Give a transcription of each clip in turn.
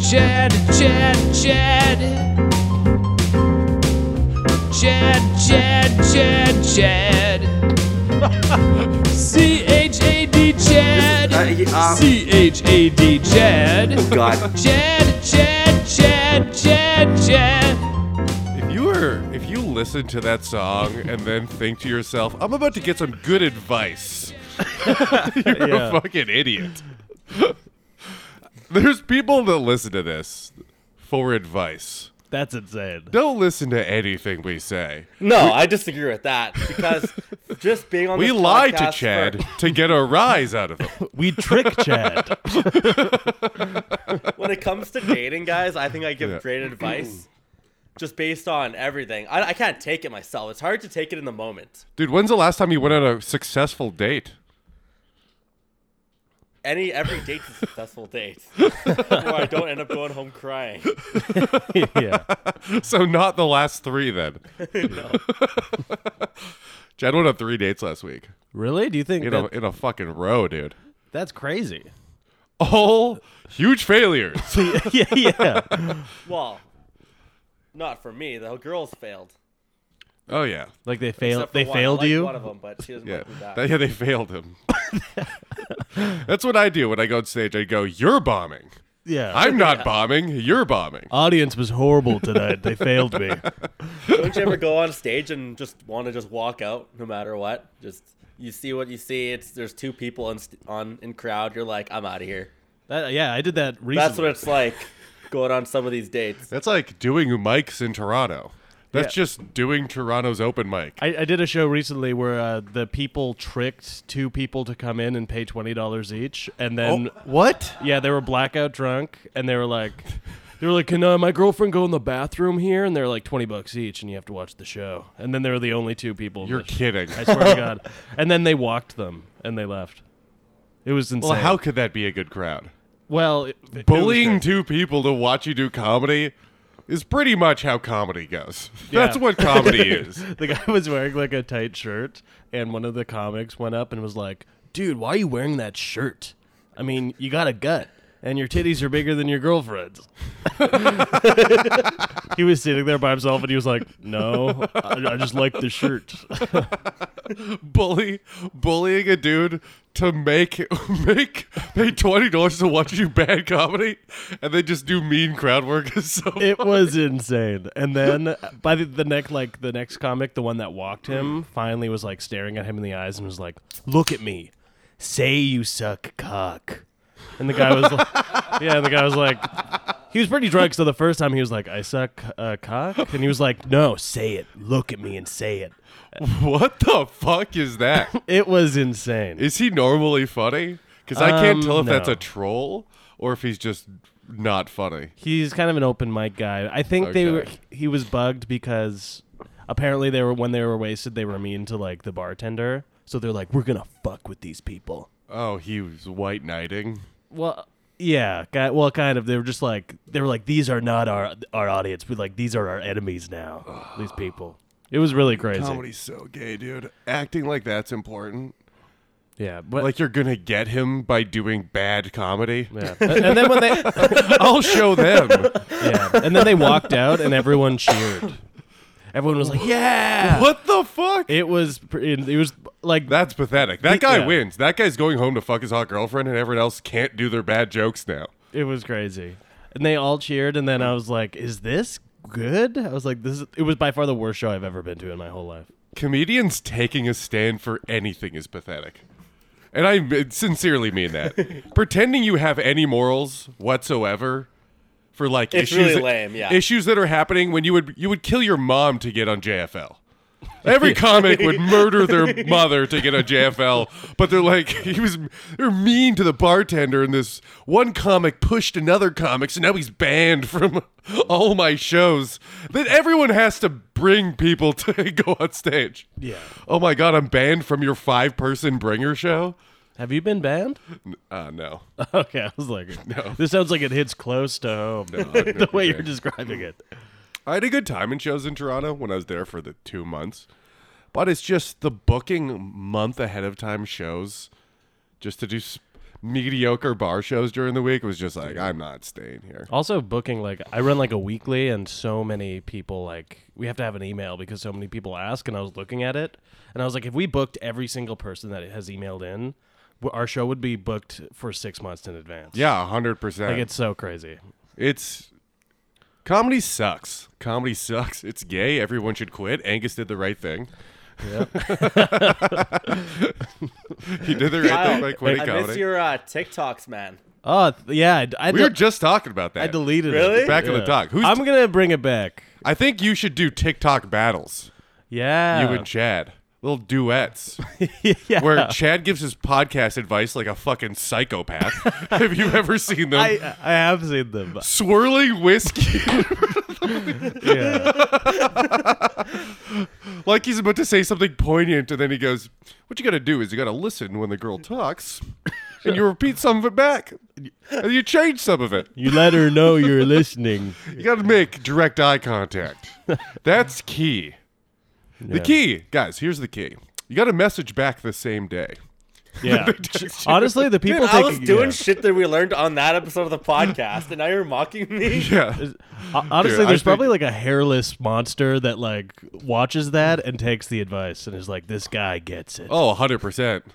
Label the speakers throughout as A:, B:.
A: Chad, Chad, Chad. Chad, Chad, Chad, Chad. C H A D
B: Uh,
A: Chad.
B: y- uh,
A: C H A D Chad.
B: God.
A: Chad, Chad, Chad, Chad, Chad.
C: If you were, if you listen to that song and then think to yourself, "I'm about to get some good advice," you're
D: Yeah.
C: a fucking idiot. There's people that listen to this for advice.
D: That's insane.
C: Don't listen to anything we say.
B: No, I disagree with that because just being on
C: We
B: this
C: lied to
B: podcast
C: Chad to get a rise out of him.
D: We trick Chad.
B: for- when it comes to dating, guys, I think I give
C: Yeah.
B: great advice just based on everything. I, I can't take it myself. It's hard to take it in the moment.
C: Dude, when's the last time you went on a successful date?
B: Any every date's a successful date, where I don't end up going home crying.
D: yeah.
C: So not the last three then. Chad went on three dates last week.
D: Really? Do you think
C: In
D: that,
C: a in a fucking row, dude.
D: that's crazy?
C: All huge failures.
D: yeah, yeah.
B: Well, not for me. The girls failed.
C: Oh yeah,
D: Like they failed.
B: Except for
D: They
B: one. I
D: failed
B: liked
D: you.
B: One of them, but she doesn't
C: yeah,
B: like me back.
C: That- yeah. They failed him. That's what I do when I go on stage. I go, "You're bombing.
D: Yeah. Uh,
C: I'm not bombing. You're bombing."
D: Audience was horrible tonight. They failed me.
B: Don't you ever go on stage and just want to just walk out no matter what? Just you see what you see. It's there's two people in st- on in crowd. You're like, I'm out of here.
D: That, yeah, I did that recently.
B: That's what it's like going on some of these dates.
C: That's like doing mics in Toronto. That's just doing Toronto's open mic.
D: I, I did a show recently where uh, the people tricked two people to come in and pay twenty dollars each, and then
C: what?
D: yeah, they were blackout drunk, and they were like, they were like, "Can uh, my girlfriend go in the bathroom here?" And they're like twenty bucks each, and you have to watch the show. And then they were the only two people. in
C: You're
D: the sh-
C: kidding.
D: I swear to God. And then they walked them, and they left. It was insane.
C: Well, how could that be a good crowd?
D: Well, it- it was
C: Bullying
D: great.
C: two people to watch you do comedy is pretty much how comedy goes.
D: Yeah.
C: That's what comedy is.
D: the guy was wearing like a tight shirt, and one of the comics went up and was like, "Dude, why are you wearing that shirt? I mean, you got a gut, and your titties are bigger than your girlfriend's." he was sitting there by himself, and he was like, "No, I, I just like the shirt."
C: bully bullying a dude to make make pay twenty dollars to watch you bad comedy and then just do mean crowd work is so
D: it was insane. And then by the, the next, like the next comic, the one that walked him, finally was like staring at him in the eyes and was like, "Look at me, say you suck cock." And the guy was, like, yeah, and the guy was like, he was pretty drunk. So the first time he was like, "I suck uh, cock," and he was like, "No, say it. Look at me and say it."
C: what the fuck is that?
D: It was insane.
C: Is he normally funny? Because I can't
D: Um,
C: tell if that's
D: no.
C: a troll or if he's just not funny.
D: He's kind of an open mic guy. I think they
C: Okay.
D: were, he was bugged because apparently they were when they were wasted they were mean to like the bartender. So they're like, we're gonna fuck with these people.
C: Oh, he was white knighting.
D: Well, yeah, ki- well, kind of. They were just like they were like these are not our our audience. We like these are our enemies now. these people. It was really crazy.
C: Comedy's so gay, dude. Acting like that's important.
D: Yeah, but
C: Like you're gonna get him by doing bad comedy.
D: yeah. and and then when they
C: I'll show them.
D: yeah, and then they walked out and everyone cheered. Everyone was like, yeah.
C: what the fuck?
D: It was pre- it it was like
C: That's pathetic. That guy
D: yeah.
C: wins. That guy's going home to fuck his hot girlfriend, and everyone else can't do their bad jokes now.
D: It was crazy. And they all cheered, and then I was like, "Is this good?" I was like, "This." Is, it was by far the worst show I've ever been to in my whole life.
C: Comedians taking a stand for anything is pathetic. And I m- sincerely mean that. Pretending you have any morals whatsoever for like
B: It's
C: issues
B: really
C: that,
B: lame, yeah.
C: issues that are happening when you would you would kill your mom to get on JFL. Every comic would murder their mother to get on JFL, but they're like he was they're mean to the bartender and this one comic pushed another comic, so now he's banned from all my shows. Then everyone has to bring people to go on stage.
D: Yeah.
C: Oh my god, I'm banned from your five person bringer show?
D: Have you been banned?
C: Uh no.
D: okay, I was like, This sounds like it hits close to home. the way you're describing it.
C: I had a good time in shows in Toronto when I was there for the two months, but it's just the booking month ahead of time shows just to do s- mediocre bar shows during the week was just like, I'm not staying here.
D: Also booking like I run like a weekly and so many people like we have to have an email because so many people ask and I was looking at it and I was like if we booked every single person that has emailed in w- our show would be booked for 6 months in advance.
C: Yeah, hundred percent.
D: Like it's so crazy.
C: It's comedy sucks. Comedy sucks. It's gay. Everyone should quit. Angus did the right thing. he did the right thing by quitting
B: I miss
C: comedy.
B: your uh, TikToks, man.
D: Oh, th- yeah, I d- I,
C: We were
D: del-
C: just talking about that.
D: I deleted it.
B: Really?
C: Back in the
D: Yeah.
C: talk. Who's
D: I'm going to bring it back.
C: I think you should do TikTok battles.
D: Yeah.
C: You and Chad. Little duets
D: yeah.
C: where Chad gives his podcast advice like a fucking psychopath. Have you ever seen them?
D: I uh, I have seen them.
C: Swirling whiskey
D: Yeah.
C: like he's about to say something poignant, and then he goes, "What you gotta do is you gotta listen when the girl talks, and you repeat some of it back, and you change some of it.
D: you let her know you're listening.
C: You gotta make direct eye contact. That's key. The
D: Yeah.
C: key, guys. Here's the key. You gotta message back the same day.
D: Yeah. Honestly, the people
B: I
D: take
B: was doing
D: yeah.
B: shit that we learned on that episode of the podcast, and now you're mocking me.
C: Yeah,
D: Ho- Honestly,
C: Dude, I
D: there's
C: think-
D: probably like a hairless monster that like watches that and takes the advice and is like, "This guy gets it."
C: oh, 100 percent.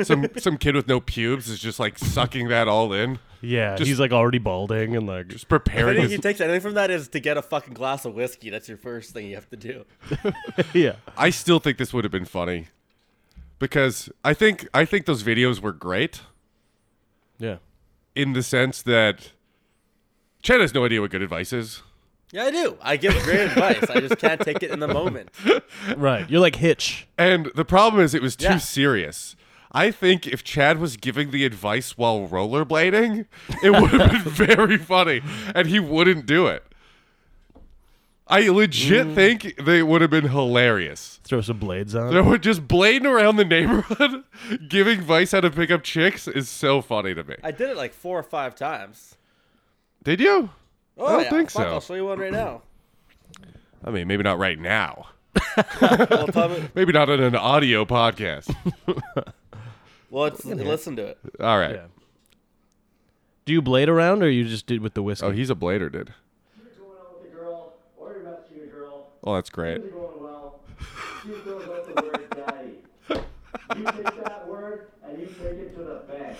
C: Some some kid with no pubes is just like sucking that all in,
D: yeah,
C: just-
D: he's like already balding and like,
C: just
B: I
C: preparing.
B: think he
C: His,
B: takes anything from that is to get a fucking glass of whiskey. That's your first thing you have to do.
D: yeah,
C: I still think this would have been funny because I think I think those videos were great.
D: yeah,
C: in the sense that Chad has no idea what good advice is.
B: Yeah, I do. I give great advice. I just can't take it in the moment.
D: right. You're like Hitch.
C: And the problem is, it was too
B: Yeah.
C: serious. I think if Chad was giving the advice while rollerblading, it would have been very funny, and he wouldn't do it. I legit
B: Mm.
C: think they would have been hilarious.
D: Throw some blades
C: They
D: on.
C: were just blading around the neighborhood, giving advice how to pick up chicks is so funny to me.
B: I did it like four or five times.
C: Did you?
B: Oh,
C: don't
B: yeah.
C: think
B: Fuck,
C: so.
B: I'll show you one right now.
C: I mean, maybe not right now.
B: Well, tell me-
C: Maybe not in an audio podcast.
B: well it's, listen to it.
C: All right.
D: Yeah. Do you blade around or you just did with the whiskey?
C: Oh, he's a blader, dude.
E: going on with the girl, or you're about to see the girl,
C: Oh, that's great.
E: things are going well, she throws out the word daddy. You take that word and you take it to the bank.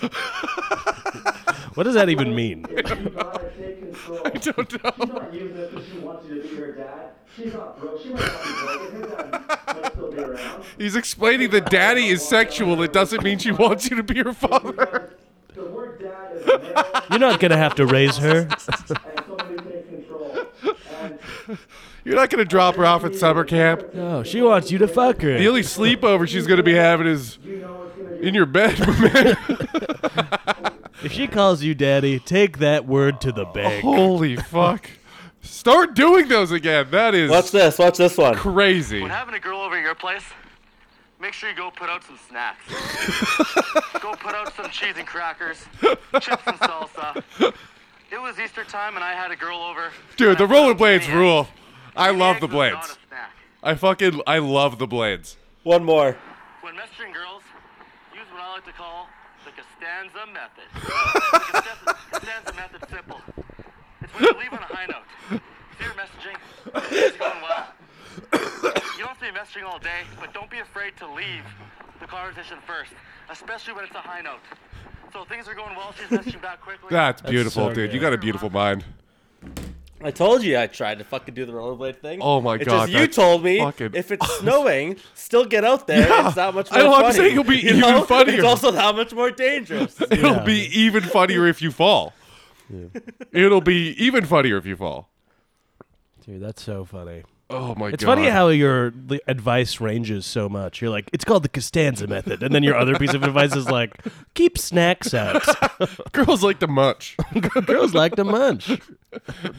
D: what does that even mean?
E: You gotta take control. I don't know. She's not using it because she wants you to be her dad. She's not broke. She might not be broke. Her dad might still be around.
C: He's explaining that daddy is sexual. It doesn't mean she wants you to be her father.
E: Because the word dad is a male
D: You're not gonna have to raise her.
E: and somebody takes control. And
C: You're not going to drop her off at summer camp.
D: No, Oh, she wants you to fuck her.
C: The only sleepover she's going to be having is in your bed, man.
D: if she calls you daddy, take that word to the
C: Oh.
D: bank.
C: Holy fuck. Start doing those again. That
B: Watch
C: is
B: this. Watch this one.
C: crazy.
F: When having a girl over at your place, make sure you go put out some snacks. go put out some cheese and crackers, chips and salsa. It was Easter time and I had a girl over.
C: Dude,
F: and
C: the
F: I found
C: rollerblades
F: three
C: rule.
F: eggs.
C: I
F: Three
C: love
F: eggs
C: the
F: was not
C: blades.
F: a snack.
C: I fucking I love the blades.
B: One more.
F: When messaging girls, use what I like to call the Costanza method. the Costanza- Costanza method's simple. It's when you leave on a high note. See your messaging. It's going well. You don't have to be messaging all day, but don't be afraid to leave the conversation first, especially when it's a high note. So things are going well. She's messaging back quickly.
C: That's beautiful,
D: so
C: dude. You
D: good.
C: got a beautiful mind.
B: I told you I tried to fucking do the rollerblade thing.
C: Oh my
B: It's
C: God,
B: Just, you
C: that's
B: told me
C: fucking
B: if it's snowing, still get out there.
C: Yeah.
B: It's that much
C: I
B: more
C: know, I'm
B: funny.
C: saying it'll be
B: You
C: even
B: know?
C: funnier.
B: It's also that much more dangerous.
C: It'll be even funnier if you fall. It'll be even funnier if you fall.
D: Dude, that's so funny.
C: Oh my god.
D: It's funny how your li- advice ranges so much. You're like, it's called the Costanza method, and then your other piece of advice is like, keep snacks out.
C: girls like to munch.
D: Girls like to munch.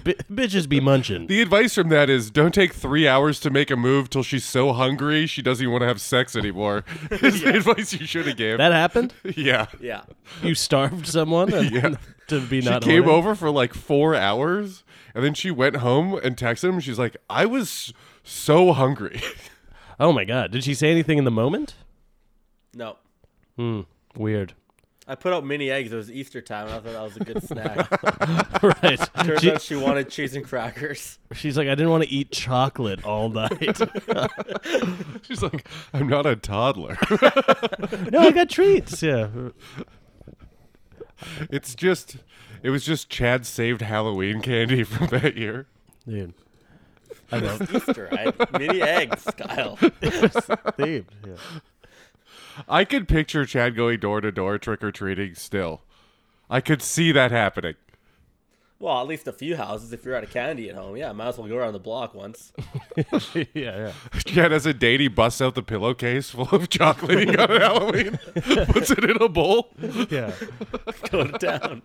D: B- bitches be munching.
C: The advice from that is don't take three hours to make a move till she's so hungry she doesn't even want to have sex anymore. Is the advice you should have gave.
D: That happened.
C: yeah.
B: yeah.
D: You starved someone and-
C: Yeah.
D: to be
C: She
D: not.
C: came
D: horny?
C: over for like four hours and then she went home and texted him. She's like, I was so hungry.
D: Oh my god! Did she say anything in the moment?
B: No.
D: Weird.
B: I put out mini eggs. It was Easter time, and I thought that was a good snack.
D: right.
B: Turns
D: She-
B: out she wanted cheese and crackers.
D: she's like, I didn't want to eat chocolate all night.
C: She's like, I'm not a toddler.
D: no, I got treats. Yeah.
C: It's just, it was just Chad saved Halloween candy from that year.
D: Dude. I know.
B: Easter, I had mini eggs, Kyle.
D: Themed. Yeah.
C: I could picture Chad going door to door trick or treating still. I could see that happening.
B: Well, at least a few houses. If you're out of candy at home, yeah, might as well go around the block once.
D: yeah, yeah.
C: Chad has a date. He busts out the pillowcase full of chocolate he got at Halloween, puts it in a bowl.
D: Yeah.
B: Go to town.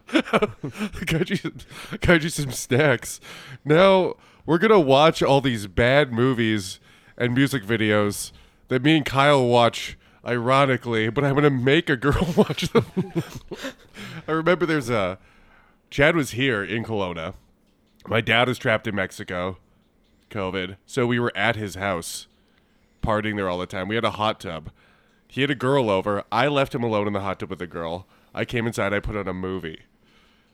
C: got you, got you some snacks. Now we're gonna watch all these bad movies and music videos that me and Kyle watch, ironically. But I'm gonna make a girl watch them. I remember there's a Chad was here in Kelowna. My dad was trapped in Mexico, COVID. So we were at his house, partying there all the time. We had a hot tub. He had a girl over. I left him alone in the hot tub with a girl. I came inside. I put on a movie.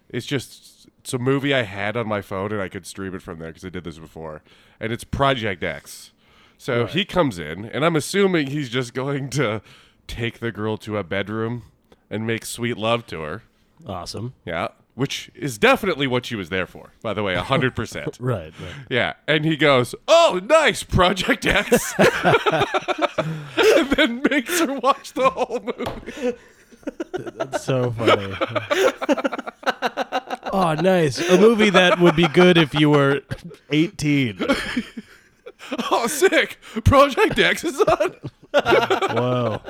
C: It's just it's a movie I had on my phone and I could stream it from there because I did this before, and it's Project X. So he comes in, and I'm assuming he's just going to take the girl to a bedroom and make sweet love to her.
D: Awesome.
C: Yeah, which is definitely what she was there for, by the way, hundred percent.
D: Right. right.
C: Yeah, and he goes, "Oh, nice Project X," and then makes her watch the whole movie.
D: That's so funny. oh, nice. A movie that would be good if you were 18.
C: Oh, sick! Project X is on.
D: Whoa.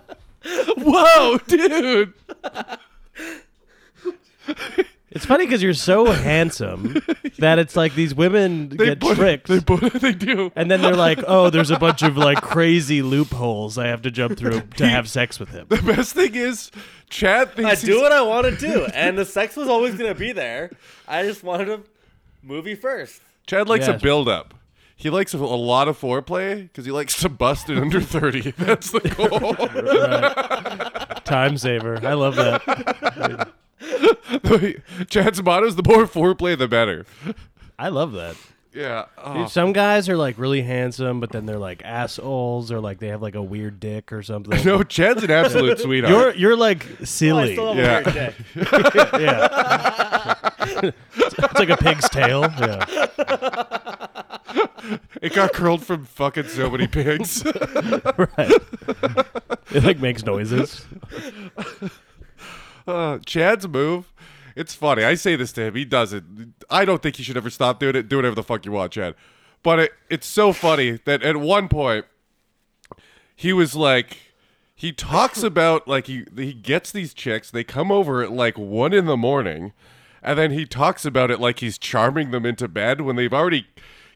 C: Whoa, dude!
D: It's funny because you're so handsome that it's like these women get
C: put-
D: tricked.
C: They put, they do.
D: and then they're like, "Oh, there's a bunch of like crazy loopholes I have to jump through to have sex with him."
C: the best thing is, Chad thinks
B: I
C: he's-
B: do what I want to do, and the sex was always gonna be there. I just wanted a movie first.
C: Chad likes
D: Yeah.
C: a build up. He likes a, a lot of foreplay because he likes to bust it under thirty. That's the goal.
D: Time saver. I love that.
C: Chad's motto is the more foreplay, the better.
D: I love that.
C: Yeah. Oh.
D: Dude, some guys are like really handsome, but then they're like assholes, or like they have like a weird dick or something.
C: No, Chad's an absolute sweetheart.
D: You're you're like
B: I
D: silly.
B: still have
C: Yeah.
B: a weird dick.
D: yeah. it's like a pig's tail. Yeah.
C: it got curled from fucking so many pigs.
D: Right. It like makes noises.
C: Uh, Chad's move. It's funny. I say this to him. He does it. I don't think he should ever stop doing it. Do whatever the fuck you want, Chad. But it, it's so funny that at one point he was like, he talks about like he he gets these chicks. They come over at like one in the morning, and then he talks about it like he's charming them into bed when they've already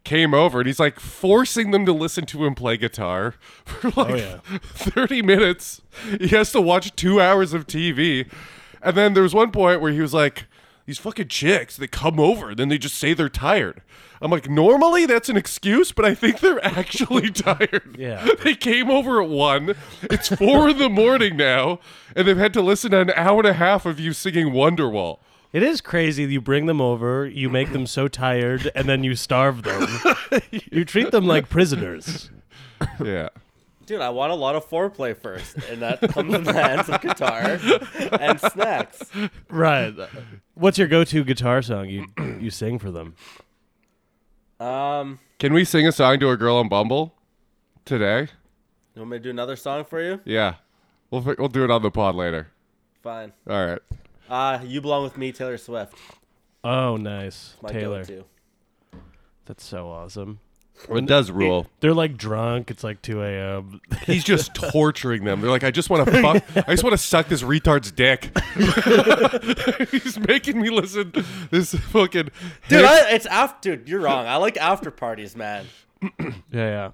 C: came over, and he's like forcing them to listen to him play guitar for like
D: yeah.
C: 30 minutes. He has to watch two hours of TV. And then there was one point where he was like, these fucking chicks, they come over and then they just say they're tired. I'm like, normally that's an excuse, but I think they're actually tired.
D: Yeah.
C: They came over at one. It's four in the morning now, and they've had to listen to an hour and a half of you singing Wonderwall.
D: It is crazy. that You bring them over, you make them so tired, and then you starve them. You treat them like prisoners.
C: Yeah.
B: Dude, I want a lot of foreplay first, and that comes in the hands of guitar and snacks.
D: Right. What's your go-to guitar song you you sing for them?
B: Um,
C: Can we sing a song to a girl on Bumble today?
B: you want me to do another song for you?
C: Yeah. We'll, fi- we'll do it on the pod later.
B: Fine.
C: All right.
B: Uh, you belong with me, Taylor Swift.
D: Oh, nice,
B: My
D: Taylor.
B: go-to.
D: That's so awesome.
C: It does rule.
D: They're like drunk. It's like 2 a.m.
C: He's just torturing them. They're like, I just want to fuck. I just want to suck this retard's dick. He's making me listen this fucking.
B: Dude, I, it's after. Dude, you're wrong. I like after parties, man.
D: yeah, yeah.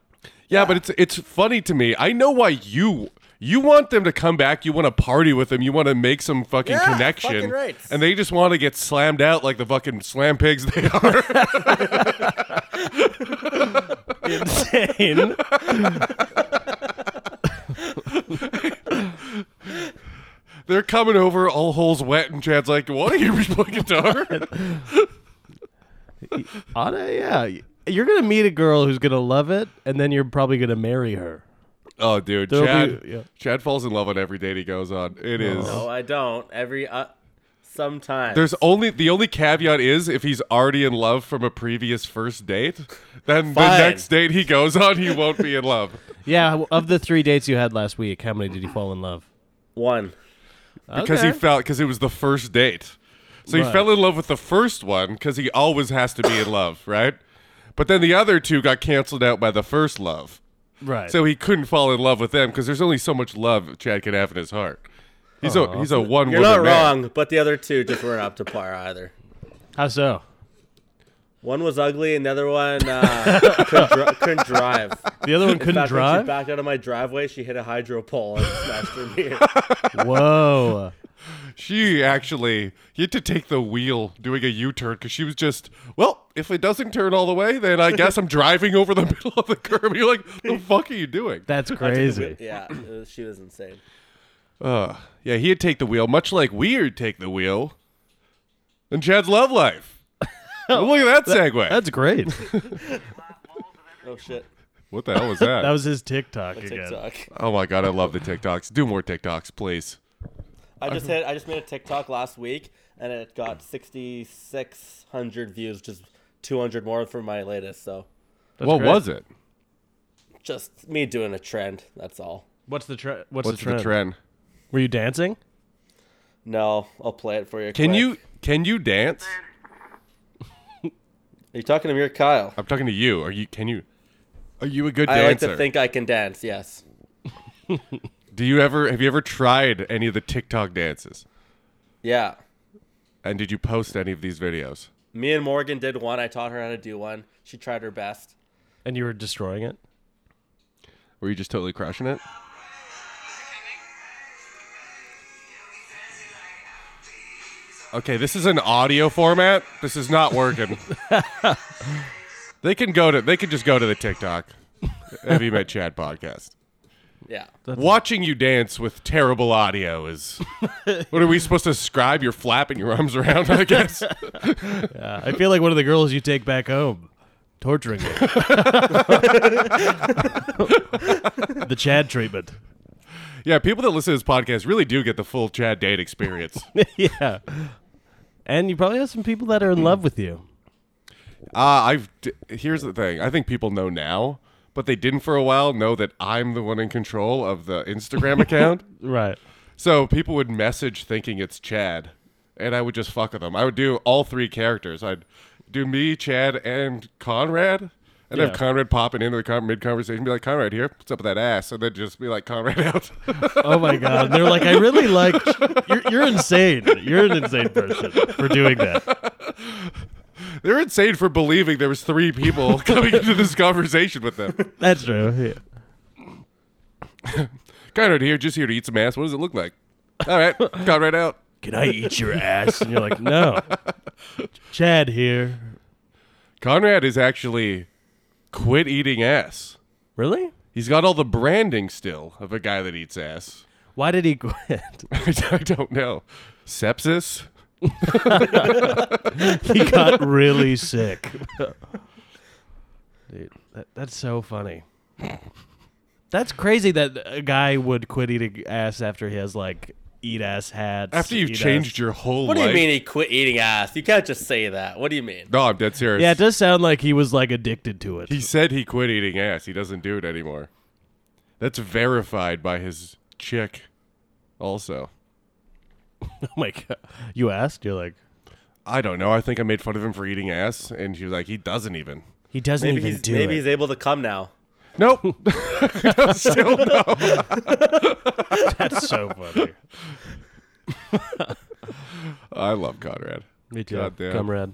C: yeah, but it's it's funny to me. I know why you you want them to come back. You want to party with them. You want to make some fucking
B: Yeah,
C: connection.
B: fucking right.
C: And they just want to get slammed out like the fucking slam pigs they are.
D: Insane.
C: They're coming over, all holes wet, and Chad's like, "Want to hear me play guitar?"
D: Anna, yeah. You're going to meet a girl who's going to love it, and then you're probably going to marry her.
C: oh, dude,
D: There'll
C: Chad.
D: be- yeah.
C: Chad falls in love on every date he goes on. It is.
B: No, I don't. Every uh, sometimes
C: There's only the only caveat is if he's already in love from a previous first date, then the
B: Fine.
C: next date he goes on, he won't be in love.
D: Yeah, of the three dates you had last week, how many did you fall in love?
B: one.
C: because he
D: Okay.
C: felt because it was the first date. So he
D: Right.
C: fell in love with the first one because he always has to be in love, right? But then the other two got canceled out by the first love,
D: Right.
C: so he couldn't fall in love with them because there's only so much love Chad can have in his heart. He's a he's a one.
B: You're not
C: woman man.
B: wrong, but the other two just weren't up to par either.
D: how so?
B: One was ugly, and the other one uh, couldn't, dri- couldn't drive.
D: The other one
B: In
D: couldn't
B: fact, when She
D: drive?
B: backed out of my driveway. She hit a hydro pole and smashed her mirror.
D: Whoa.
C: She actually you had to take the wheel doing a U-turn because she was just well, if it doesn't turn all the way, then I guess I'm driving over the middle of the curb. You're like, the fuck are you doing?
D: That's crazy.
B: Yeah, it was- she was insane.
C: Uh, yeah, he'd take the wheel, much like we'd take the wheel. And Chad's love life. Look at that segue.
D: That's great.
B: Oh shit!
C: what the hell was that?
D: That was his TikTok again.
B: TikTok.
C: oh my god, I love the TikToks. Do more TikToks, please.
B: I just hit. I just made a TikTok last week, and it got sixty six hundred views, just two hundred more from my latest. So
C: what
D: great.
C: was it?
B: just me doing a trend. That's all.
D: What's the trend? What's,
C: What's the trend?
D: Were you dancing?
B: No, I'll play it for you.
C: Can
B: quick.
C: you can you dance?
B: Are you talking to me or Kyle?
C: I'm talking to you. Are you can you Are you a good
B: I like
C: dancer?
B: to think I can dance. Yes.
C: Do you ever have you ever tried any of the TikTok dances?
B: Yeah.
C: And did you post any of these videos?
B: Me and Morgan did one. I taught her how to do one. She tried her best.
D: And you were destroying it?
C: Were you just totally crushing it? Okay, this is an audio format. This is not working. they can go to they can just go to the TikTok. Have you met Chad podcast?
B: Yeah.
C: Watching you dance with terrible audio is what are we supposed to describe? You're flapping your arms around, I guess.
D: I feel like one of the girls you take back home, torturing her. the Chad treatment.
C: yeah, people that listen to this podcast really do get the full Chad date experience.
D: yeah. And you probably have some people that are in love with you.
C: Uh, I've d- here's the thing. I think people know now, but they didn't for a while know that I'm the one in control of the Instagram account.
D: Right.
C: So people would message thinking it's Chad, and I would just fuck with them. I would do all three characters. I'd do me, Chad, and Conrad. And
D: Yeah.
C: have Conrad popping into the con- mid conversation, be like, "Conrad here, what's up with that ass?" And then just be like, "Conrad out."
D: Oh my God. They're like, I really like. You're, you're insane. You're an insane person for doing that.
C: They're insane for believing there was three people coming into this conversation with them.
D: That's true. Yeah.
C: Conrad here, just here to eat some ass. What does it look like? All right, Conrad out.
D: Can I eat your ass? And you're like, no. Chad here.
C: Conrad is actually quit eating ass.
D: Really?
C: He's got all the branding still of a guy that eats ass.
D: Why did he quit?
C: I don't know. Sepsis?
D: he got really sick. Dude, that, that's so funny. That's crazy that a guy would quit eating ass after he has like eat ass hats.
C: After you've
D: eat
C: changed
D: ass-
C: your whole
B: What do
C: life.
B: you mean he quit eating ass? You can't just say that. What do you mean?
C: No, I'm dead serious.
D: Yeah, it does sound like he was like addicted to it.
C: he said he quit eating ass. He doesn't do it anymore. That's verified by his chick also.
D: oh my god. You asked? You're like,
C: I don't know. I think I made fun of him for eating ass and she was like, he doesn't even.
D: he doesn't
B: Maybe
D: even
B: he's
D: do
B: maybe
D: it.
B: he's able to come now.
C: Nope. Still no.
D: That's so funny.
C: I love Conrad.
D: Me too.
C: Goddamn.
D: Comrade.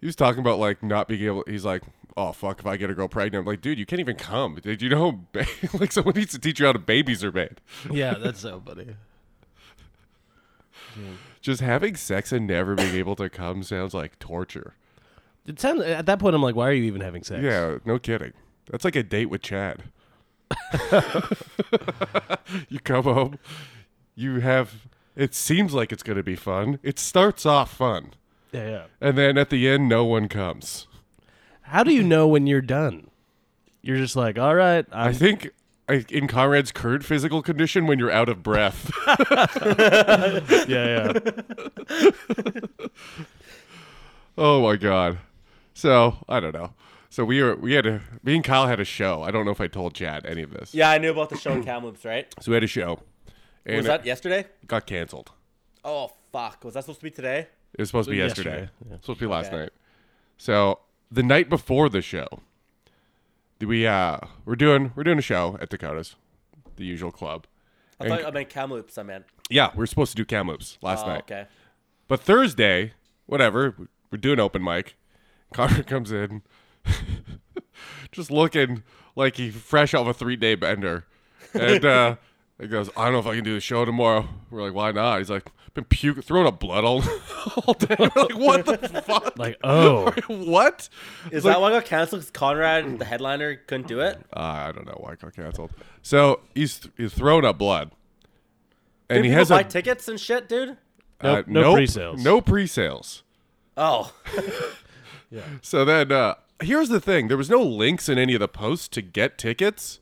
C: He was talking about like not being able. He's like, "Oh fuck, if I get a girl pregnant, I'm like, dude, you can't even come. Did you know? ba- like, someone needs to teach you how to babies are made.
D: Yeah, that's so funny.
C: Just having sex and never being able to come sounds like torture.
D: It sounds at that point I'm like, why are you even having sex?
C: Yeah, no kidding. That's like a date with Chad. you come home, you have It seems like it's going to be fun. It starts off fun,
D: Yeah, yeah.
C: and then at the end, no one comes.
D: How do you know when you're done? You're just like, all right,
C: I
D: I'm,
C: think I, in Conrad's current physical condition, when you're out of breath,
D: yeah, yeah.
C: oh my god. So I don't know. So we were we had a me and Kyle had a show. I don't know if I told Chad any of this.
B: Yeah, I knew about the show in Kamloops, right?
C: So we had a show, and
B: Was
C: it
B: that yesterday?
C: got canceled.
B: Oh fuck! Was that supposed to be today?
C: It was supposed to be yesterday.
D: Yesterday,
C: It was supposed to be last
B: Okay.
C: night. So the night before the show, we uh we're doing we're doing a show at Dakota's, the usual club.
B: I
C: And-
B: thought I meant Kamloops. I meant.
C: yeah, we were supposed to do Kamloops last
B: Oh,
C: night.
B: okay.
C: But Thursday, whatever, we're doing open mic. Connor comes in, just looking like he fresh off a three day bender, and uh, he goes, "I don't know if I can do the show tomorrow." We're like, "Why not?" He's like, "Been puking, throwing up blood all, all day." We're like, "What the fuck?
D: Like, oh,
C: what?"
B: Is
C: like-
B: that why I got canceled? Because Conrad, the headliner, couldn't do it.
C: Uh, I don't know why it got canceled. So he's he's throwing up blood, and
B: Did
C: he
B: people
C: has
B: buy
C: a
B: tickets and shit, dude?
C: uh,
D: Nope, no
C: nope,
D: pre-sales.
C: No pre-sales.
B: Oh,
C: So then, uh, here's the thing: there was no links in any of the posts to get tickets,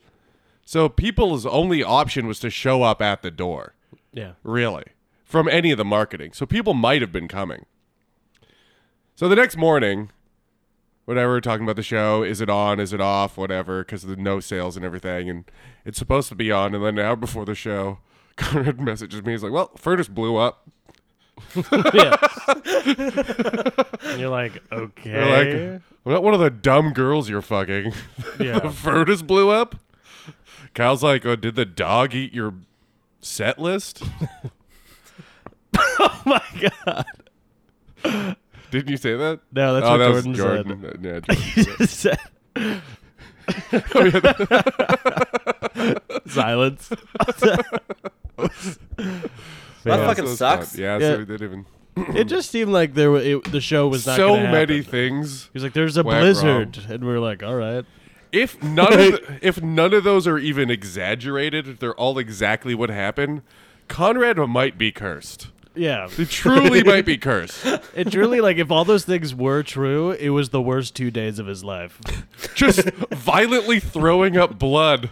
C: so people's only option was to show up at the door.
D: yeah.
C: Really, from any of the marketing, so people might have been coming. So the next morning, whatever, we're talking about the show, is it on, is it off, whatever, because of the no sales and everything, and it's supposed to be on. And then an hour before the show, Conrad messages me. He's like, "Well, Furnace blew up."
D: yeah. and you're like, okay.
C: They're like, "I'm not one of the dumb girls you're fucking." the
D: Eh? yeah.
C: furnace blew up. Kyle's like, oh, did the dog eat your set list?
D: oh my god.
C: Didn't you say that?
D: No, that's
C: oh,
D: what
C: that was
D: Jordan,
C: Jordan. Uh, Yeah, Jordan.
D: said. He just said.
C: Oh,
D: Silence.
B: that
C: Yeah,
B: fucking
C: so it's
B: sucks.
C: fine. Yeah,
D: Yeah.
C: so we didn't even.
D: It just seemed like there were, it, the show was not
C: So
D: gonna happen.
C: many things.
D: He was like, "There's a
C: went wrong.
D: blizzard," and we are like, "All right."
C: If none, of the, if none of those are even exaggerated, if they're all exactly what happened, Conrad might be cursed.
D: Yeah,
C: He truly might be cursed.
D: it's really like if all those things were true, it was the worst two days of his life.
C: Just violently throwing up blood.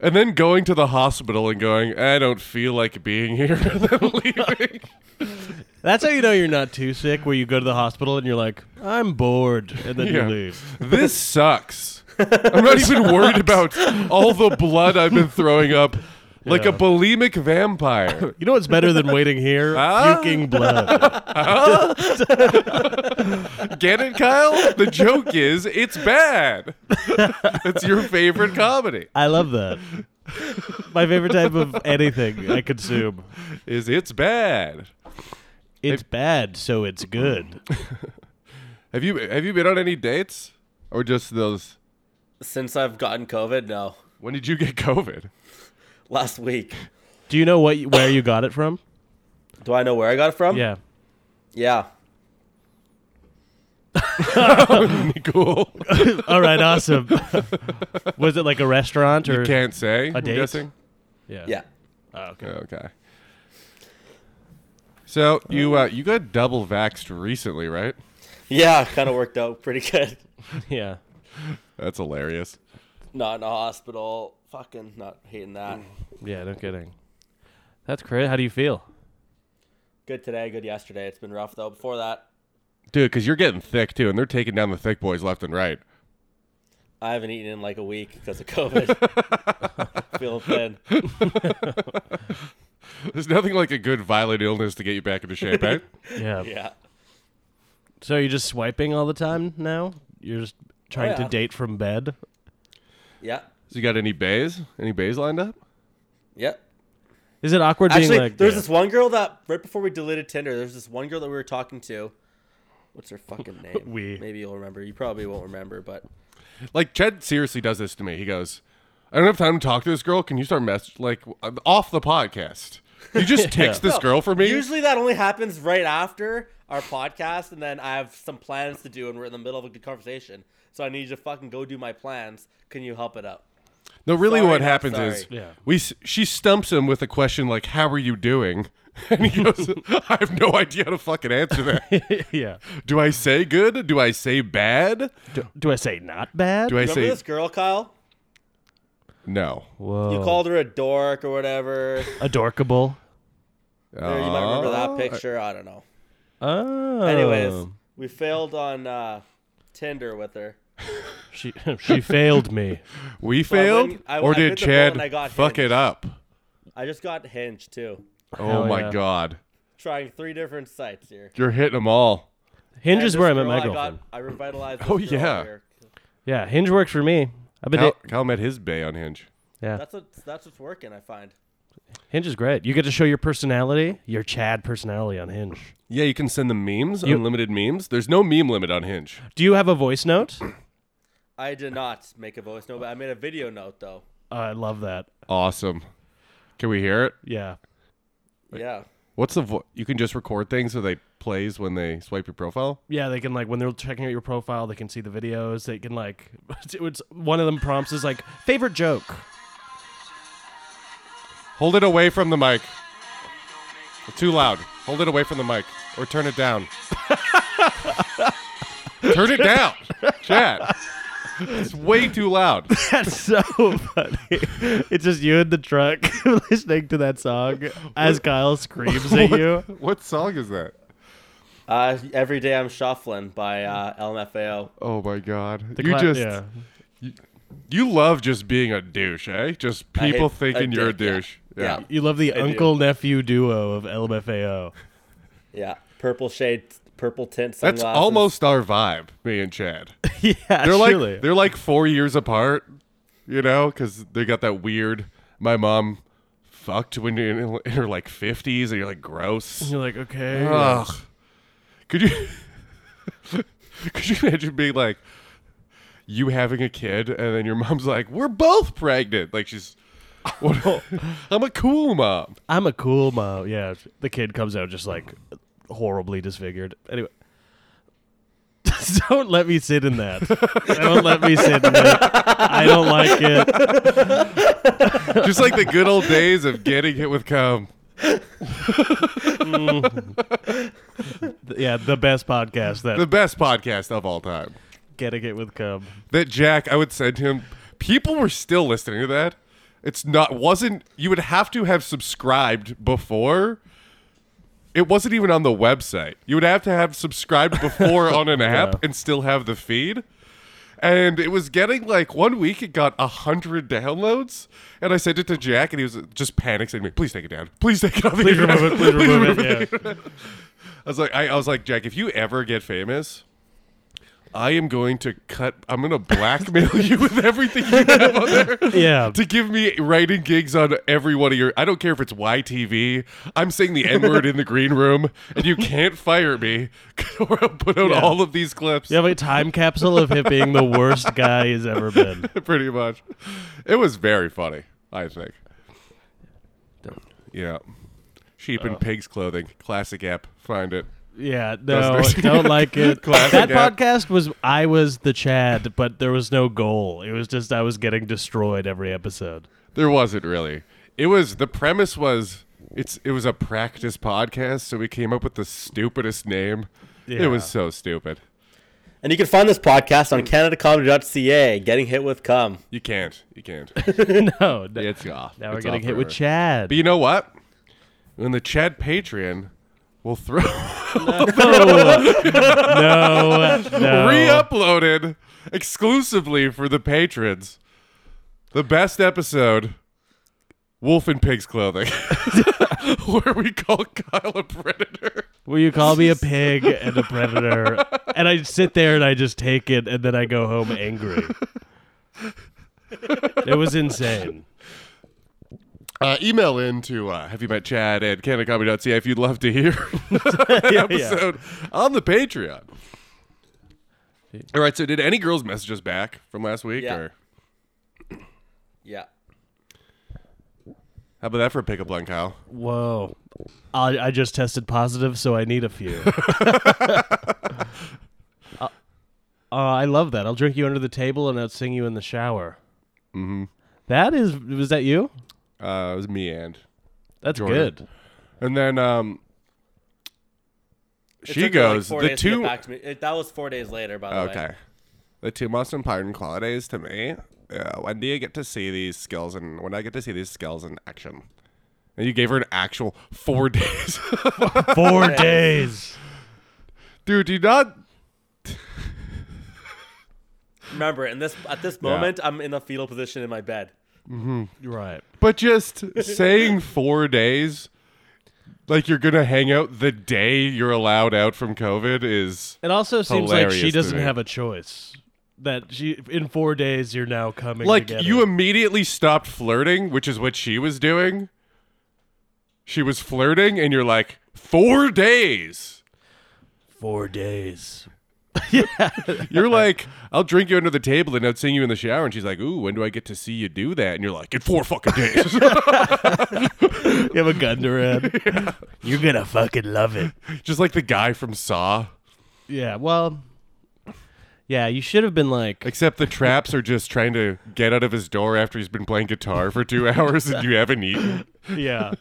C: And then going to the hospital and going, I don't feel like being here. And then leaving.
D: That's how you know you're not too sick, where you go to the hospital and you're like, "I'm bored," and then
C: Yeah.
D: you leave.
C: this sucks. I'm not even worried about all the blood I've been throwing up like a
D: Yeah.
C: bulimic vampire.
D: You know what's better than waiting here?
C: Ah.
D: Puking blood.
C: Get it, Kyle? The joke is it's bad. It's your favorite comedy.
D: I love that. My favorite type of anything I consume.
C: Is it's bad.
D: It's bad, so it's good.
C: Have you have you been on any dates or just those
B: since I've gotten COVID, no.
C: when did you get COVID?
B: Last week.
D: Do you know what you- where you got it from?
B: Do I know where I got it from?
D: Yeah.
B: Yeah.
C: cool.
D: All right. Awesome. Was it like a restaurant or?
C: You can't say. I'm
D: date?
C: guessing.
B: Yeah.
D: Oh, okay.
C: Okay. So you uh, you got double vaxxed recently, right?
B: Yeah, kind of worked out pretty good.
D: Yeah.
C: That's hilarious.
B: Not in a hospital. Fucking not hating that.
D: Mm. Yeah, no kidding. That's crazy. How do you feel?
B: Good today, good yesterday. It's been rough though. Before that,
C: Dude, because you're getting thick too, and they're taking down the thick boys left and right.
B: I haven't eaten in like a week because of COVID. Feeling thin.
C: There's nothing like a good violent illness to get you back into shape, right?
D: Yeah.
B: Yeah.
D: So are you just swiping all the time now? You're just trying to
B: yeah.
D: date from bed?
B: Yeah.
C: so you got any bays? Any bays lined up?
B: Yep.
D: Is it awkward
B: Actually,
D: being like
B: there's
D: yeah.
B: this one girl that right before we deleted Tinder, there's this one girl that we were talking to. What's her fucking name?
D: We.
B: Maybe you'll remember. You probably won't remember, but
C: Like Chad seriously does this to me. He goes, "I don't have time to talk to this girl. Can you start mess like I'm off the podcast? You just text this
B: No,
C: girl for me."
B: Usually that only happens right after our podcast, and then I have some plans to do, and we're in the middle of a good conversation. So I need you to fucking go do my plans. Can you help it out?
C: No, really,
B: Sorry,
C: what
B: not
C: happens
B: sorry.
C: is
D: Yeah.
C: we s- she stumps him with a question like, "How are you doing?" And he goes, "I have no idea how to fucking answer that.
D: yeah.
C: Do I say good? Do I say bad?
D: Do, do I say not bad?
C: Do I
B: Remember
C: say
B: this girl, Kyle?
C: no?"
D: Whoa.
B: You called her a dork or whatever.
D: adorkable.
B: Or you might remember
C: Uh,
B: that picture. I don't know.
D: Oh.
B: Anyways, we failed on uh, Tinder with her.
D: she she failed me.
C: We
B: wouldn't-
C: failed,
B: I-
C: or
B: I
C: did
B: bit the bullet
C: Chad
B: and I got
C: fuck
B: hinged.
C: it up?
B: I just got Hinge too.
C: Oh
D: Hell
C: my
D: yeah.
C: god,
B: Trying three different sites here.
C: you're hitting them all.
D: Hinge is
B: And
D: where I
B: this
D: met my
B: girl
D: girlfriend.
B: I, got, I revitalized. This
C: Oh,
B: girl
C: yeah.
B: here.
D: Yeah, Hinge worked for me. I've been
C: Cal,
D: da-
C: Cal met his bay on Hinge.
D: yeah.
B: That's what that's what's working. I find.
D: Hinge is great. You get to show your personality, your Chad personality on Hinge.
C: Yeah, you can send them memes,
D: You-
C: unlimited memes. There's no meme limit on Hinge.
D: Do you have a voice note?
B: I did not make a voice note, but I made a video note though.
D: I love that.
C: Awesome. Can we hear it?
D: Yeah.
B: Yeah.
C: What's the vo- you can just record things so they plays when they swipe your profile?
D: Yeah, they can like when they're checking out your profile, they can see the videos. They can like, it's one of them prompts is like favorite joke.
C: Hold it away from the mic. Too loud. Hold it away from the mic or turn it down. turn it down. Chad. It's way too loud.
D: That's so funny. It's just you in the truck listening to that song as Kyle screams at you.
C: What song is that?
B: Uh, every day I'm shuffling by uh, LMFAO.
C: Oh my god.
D: The
C: you
D: cla-
C: just
D: yeah.
C: you love just being a douche, eh? Just
B: I hate
C: people
B: a
C: thinking you're a
B: dick, yeah.
C: douche.
B: Yeah.
D: You love the
B: do.
D: uncle nephew duo of LMFAO.
B: Yeah. Purple shade, purple tint
C: That's
B: sunglasses.
C: almost our vibe, me and Chad.
D: yeah,
C: They're like
D: truly.
C: they're like four years apart, you know, because they got that weird. My mom fucked when you're in her like fifties, and you're like gross.
D: You're like, okay.
C: Ugh. Could you could you imagine being like you having a kid, and then your mom's like, "We're both pregnant." Like she's, what, I'm a cool mom.
D: I'm a cool mom. Yeah, the kid comes out just like horribly disfigured. Anyway, don't let me sit in that. don't let me sit in it. I don't like it.
C: Just like the good old days of getting hit with cum.
D: Yeah, the best podcast that
C: The best podcast of all time.
D: getting it with cum.
C: that Jack, I would send him. People were still listening to that. It's not wasn't you would have to have subscribed before. It wasn't even on the website. You would have to have subscribed before on an app
D: Yeah.
C: and still have the feed. And it was getting like one week it got a hundred downloads. And I sent it to Jack and he was just panics at me. Please take it down. Please take it off the
D: Please
C: internet.
D: remove it. Please remove it. Yeah.
C: I was like, I, I was like, Jack, if you ever get famous, I am going to cut. I'm going to blackmail you with everything you have on there
D: yeah.
C: to give me writing gigs on every one of your. I don't care if it's YTV. I'm saying the N word in the green room, and you can't fire me, or I'll put out
D: Yeah.
C: all of these clips.
D: You have a time capsule of him being the worst guy he's ever been.
C: pretty much. It was very funny. I think. Yeah, sheep
D: Oh.
C: and pigs clothing, classic app. Find it.
D: Yeah, no,
C: That's nice.
D: don't like it.
C: Classic
D: that
C: app.
D: podcast was I was the Chad, but there was no goal. It was just I was getting destroyed every episode.
C: There wasn't really. It was the premise was it's it was a practice podcast, so we came up with the stupidest name.
D: Yeah.
C: It was so stupid.
B: And you can find this podcast on CanadaComedy.ca. Getting hit with cum.
C: You can't. You can't.
D: No, no
C: It's off.
D: now we're
C: It's
D: getting
C: off
D: hit with
C: forever.
D: Chad.
C: But you know what? When the Chad Patreon will throw
D: no, no.
C: re-uploaded exclusively for the patrons, the best episode, Wolf in Pig's Clothing, where we call Kyle a predator.
D: Will you call me a pig and a predator? and I sit there and I just take it, and then I go home angry. it was insane.
C: Uh, email in to uh, have you met Chad at canacomedy.ca if you'd love to hear the episode on the Patreon. All right, so did any girls message us back from last week?
B: Yeah.
C: Or
B: Yeah.
C: how about that for a pickup line, Kyle?
D: Whoa. I, I just tested positive, so I need a few. Uh, uh, I love that. I'll drink you under the table and I'll sing you in the shower. Mm-hmm. That is, was that you?
C: Uh, it was me and
D: That's
C: Jordan.
D: good.
C: and then um,
B: It
C: she
B: took me, like,
C: goes
B: four
C: the
B: days to get
C: two.
B: back to me. It- that was four days later, by the way.
C: Okay. The two most important qualities to me. Uh, when do you get to see these skills and when do I get to see these skills in action? And you gave her an actual four days.
D: Four days.
C: Dude, do not
B: Remember, in this at this moment, I'm in a fetal position in my bed.
D: Right.
C: but just saying four days like you're gonna hang out the day you're allowed out from COVID is
D: It also seems like she
C: Hilarious to
D: doesn't
C: me.
D: have a choice. That she in four days you're now coming.
C: like
D: together.
C: you immediately stopped flirting, which is what she was doing. She was flirting and you're like, four days.
D: four days.
C: You're like, I'll drink you under the table and I'd sing you in the shower. And she's like, Ooh, when do I get to see you do that? And you're like, In four fucking days.
D: You have a gun to her head. You're gonna fucking love it.
C: Just like the guy from Saw,
D: Yeah. Well. Yeah, you should have been like.
C: except the traps are just trying to get out of his door after he's been playing guitar for two hours and you haven't eaten.
D: Yeah.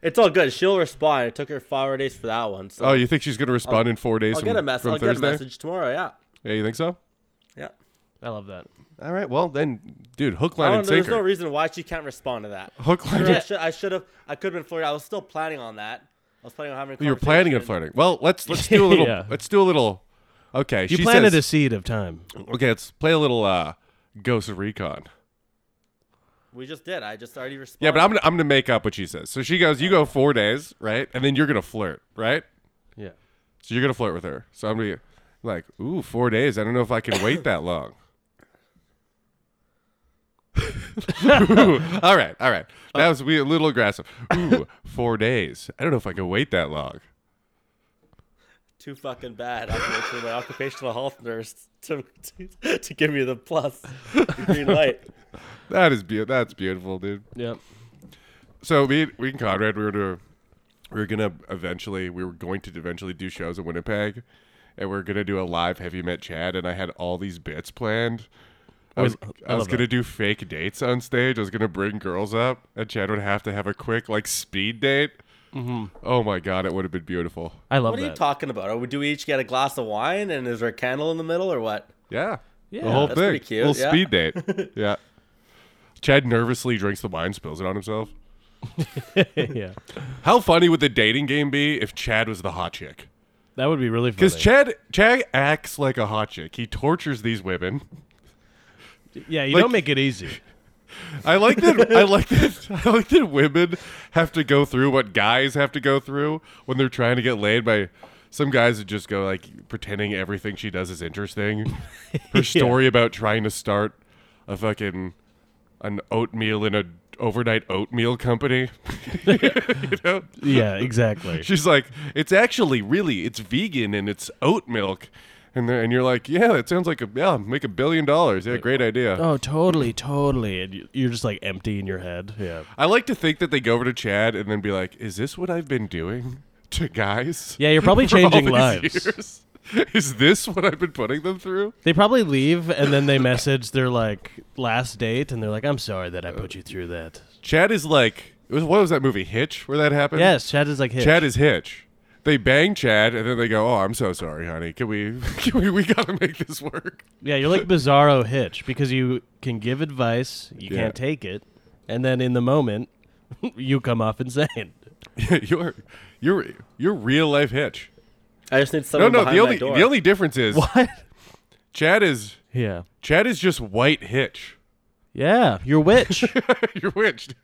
B: It's all good. She'll respond. It took her five days for that one. So
C: Oh, you think she's going to respond in four days
B: I'll
C: from,
B: get a message.
C: from
B: I'll
C: Thursday?
B: get a message tomorrow. Yeah,
C: Yeah, you think so?
B: yeah.
D: I love that.
C: All right, well, then, dude, hook,
B: I
C: line,
B: don't,
C: and
B: know- there's
C: sinker.
B: Oh, no reason why she can't respond to that.
C: hook, line,
B: Sure, I
C: and-
B: should. I should have. I could have been flirting. I was still planning on that. I was planning on having. A
C: You're planning on
B: conversation.
C: flirting. Well, let's let's do a little.
D: Yeah.
C: Let's do a little. Okay,
D: You
C: she
D: planted a
C: says,
D: seed of time.
C: Okay, let's play a little uh, Ghost of Recon.
B: We just did. I just already responded.
C: Yeah, but I'm gonna, I'm gonna make up what she says. So she goes, "You go four days, right? And then you're gonna flirt, right?
D: Yeah.
C: So you're gonna flirt with her. So I'm gonna be like, ooh, four days. I don't know if I can wait that long. Ooh, all right, all right. That was we a little aggressive. Ooh, four days. I don't know if I can wait that long.
B: too fucking bad. I'm waiting for my occupational health nurse to, to to give me the plus, the green light.
C: That is beautiful. That's beautiful, dude.
D: Yep.
C: So me, and- we and Conrad, we were to, we were gonna eventually, we were going to eventually do shows in Winnipeg, and we are gonna do a live Have You Met Chad, and I had all these bits planned. I was,
D: Always- I
C: I was
D: love
C: gonna
D: that.
C: do fake dates on stage. I was gonna bring girls up, and Chad would have to have a quick like speed date.
D: Mm-hmm.
C: Oh my god, it would have been beautiful.
D: I love
B: What are
D: that.
B: you talking about? Or do we each get a glass of wine and is there a candle in the middle or what?
C: Yeah,
D: Yeah,
C: the whole
B: that's
C: thing.
B: pretty cute,
C: Little
B: yeah.
C: speed date. yeah. Chad nervously drinks the wine, spills it on himself.
D: yeah.
C: How funny would the dating game be if Chad was the hot chick?
D: That would be really funny.
C: Because Chad Chad acts like a hot chick. He tortures these women.
D: yeah, you
C: like-
D: don't make it easy.
C: I like that. I like that. I like that women have to go through what guys have to go through when they're trying to get laid by some guys that just go like pretending everything she does is interesting. Her story about trying to start a fucking an oatmeal in a overnight oatmeal company. you know?
D: Yeah, exactly.
C: She's like, it's actually really, it's vegan and it's oat milk. And, they're- and you're like, yeah, that sounds like a, yeah, make a billion dollars. Yeah, great idea.
D: oh, totally, totally. And you- you're just like empty in your head. Yeah.
C: I like to think that they go over to Chad and then be like, is this what I've been doing to guys?
D: Yeah, you're probably
C: for all
D: changing
C: these
D: lives.
C: years? Is this what I've been putting them through?
D: They probably leave and then they message their like last date and they're like, "I'm sorry that I put you through that."
C: Chad is like, it was, what was that movie, Hitch, where that happened?
D: Yes, Chad is like, "Hey,
C: Chad is Hitch. They bang Chad and then they go, oh, I'm so sorry, honey. Can we, can we, we gotta make this work.
D: yeah, you're like Bizarro Hitch because you can give advice, you
C: Yeah.
D: can't take it, and then in the moment, you come off insane."
C: you're, you're, you're real life Hitch.
B: I just need
C: No,
B: someone
C: no.
B: behind
C: The
B: my
C: only
B: door.
C: the only difference is
D: What?
C: Chad is
D: Yeah.
C: Chad is just white hitch.
D: Yeah, you're witch.
C: You're witched.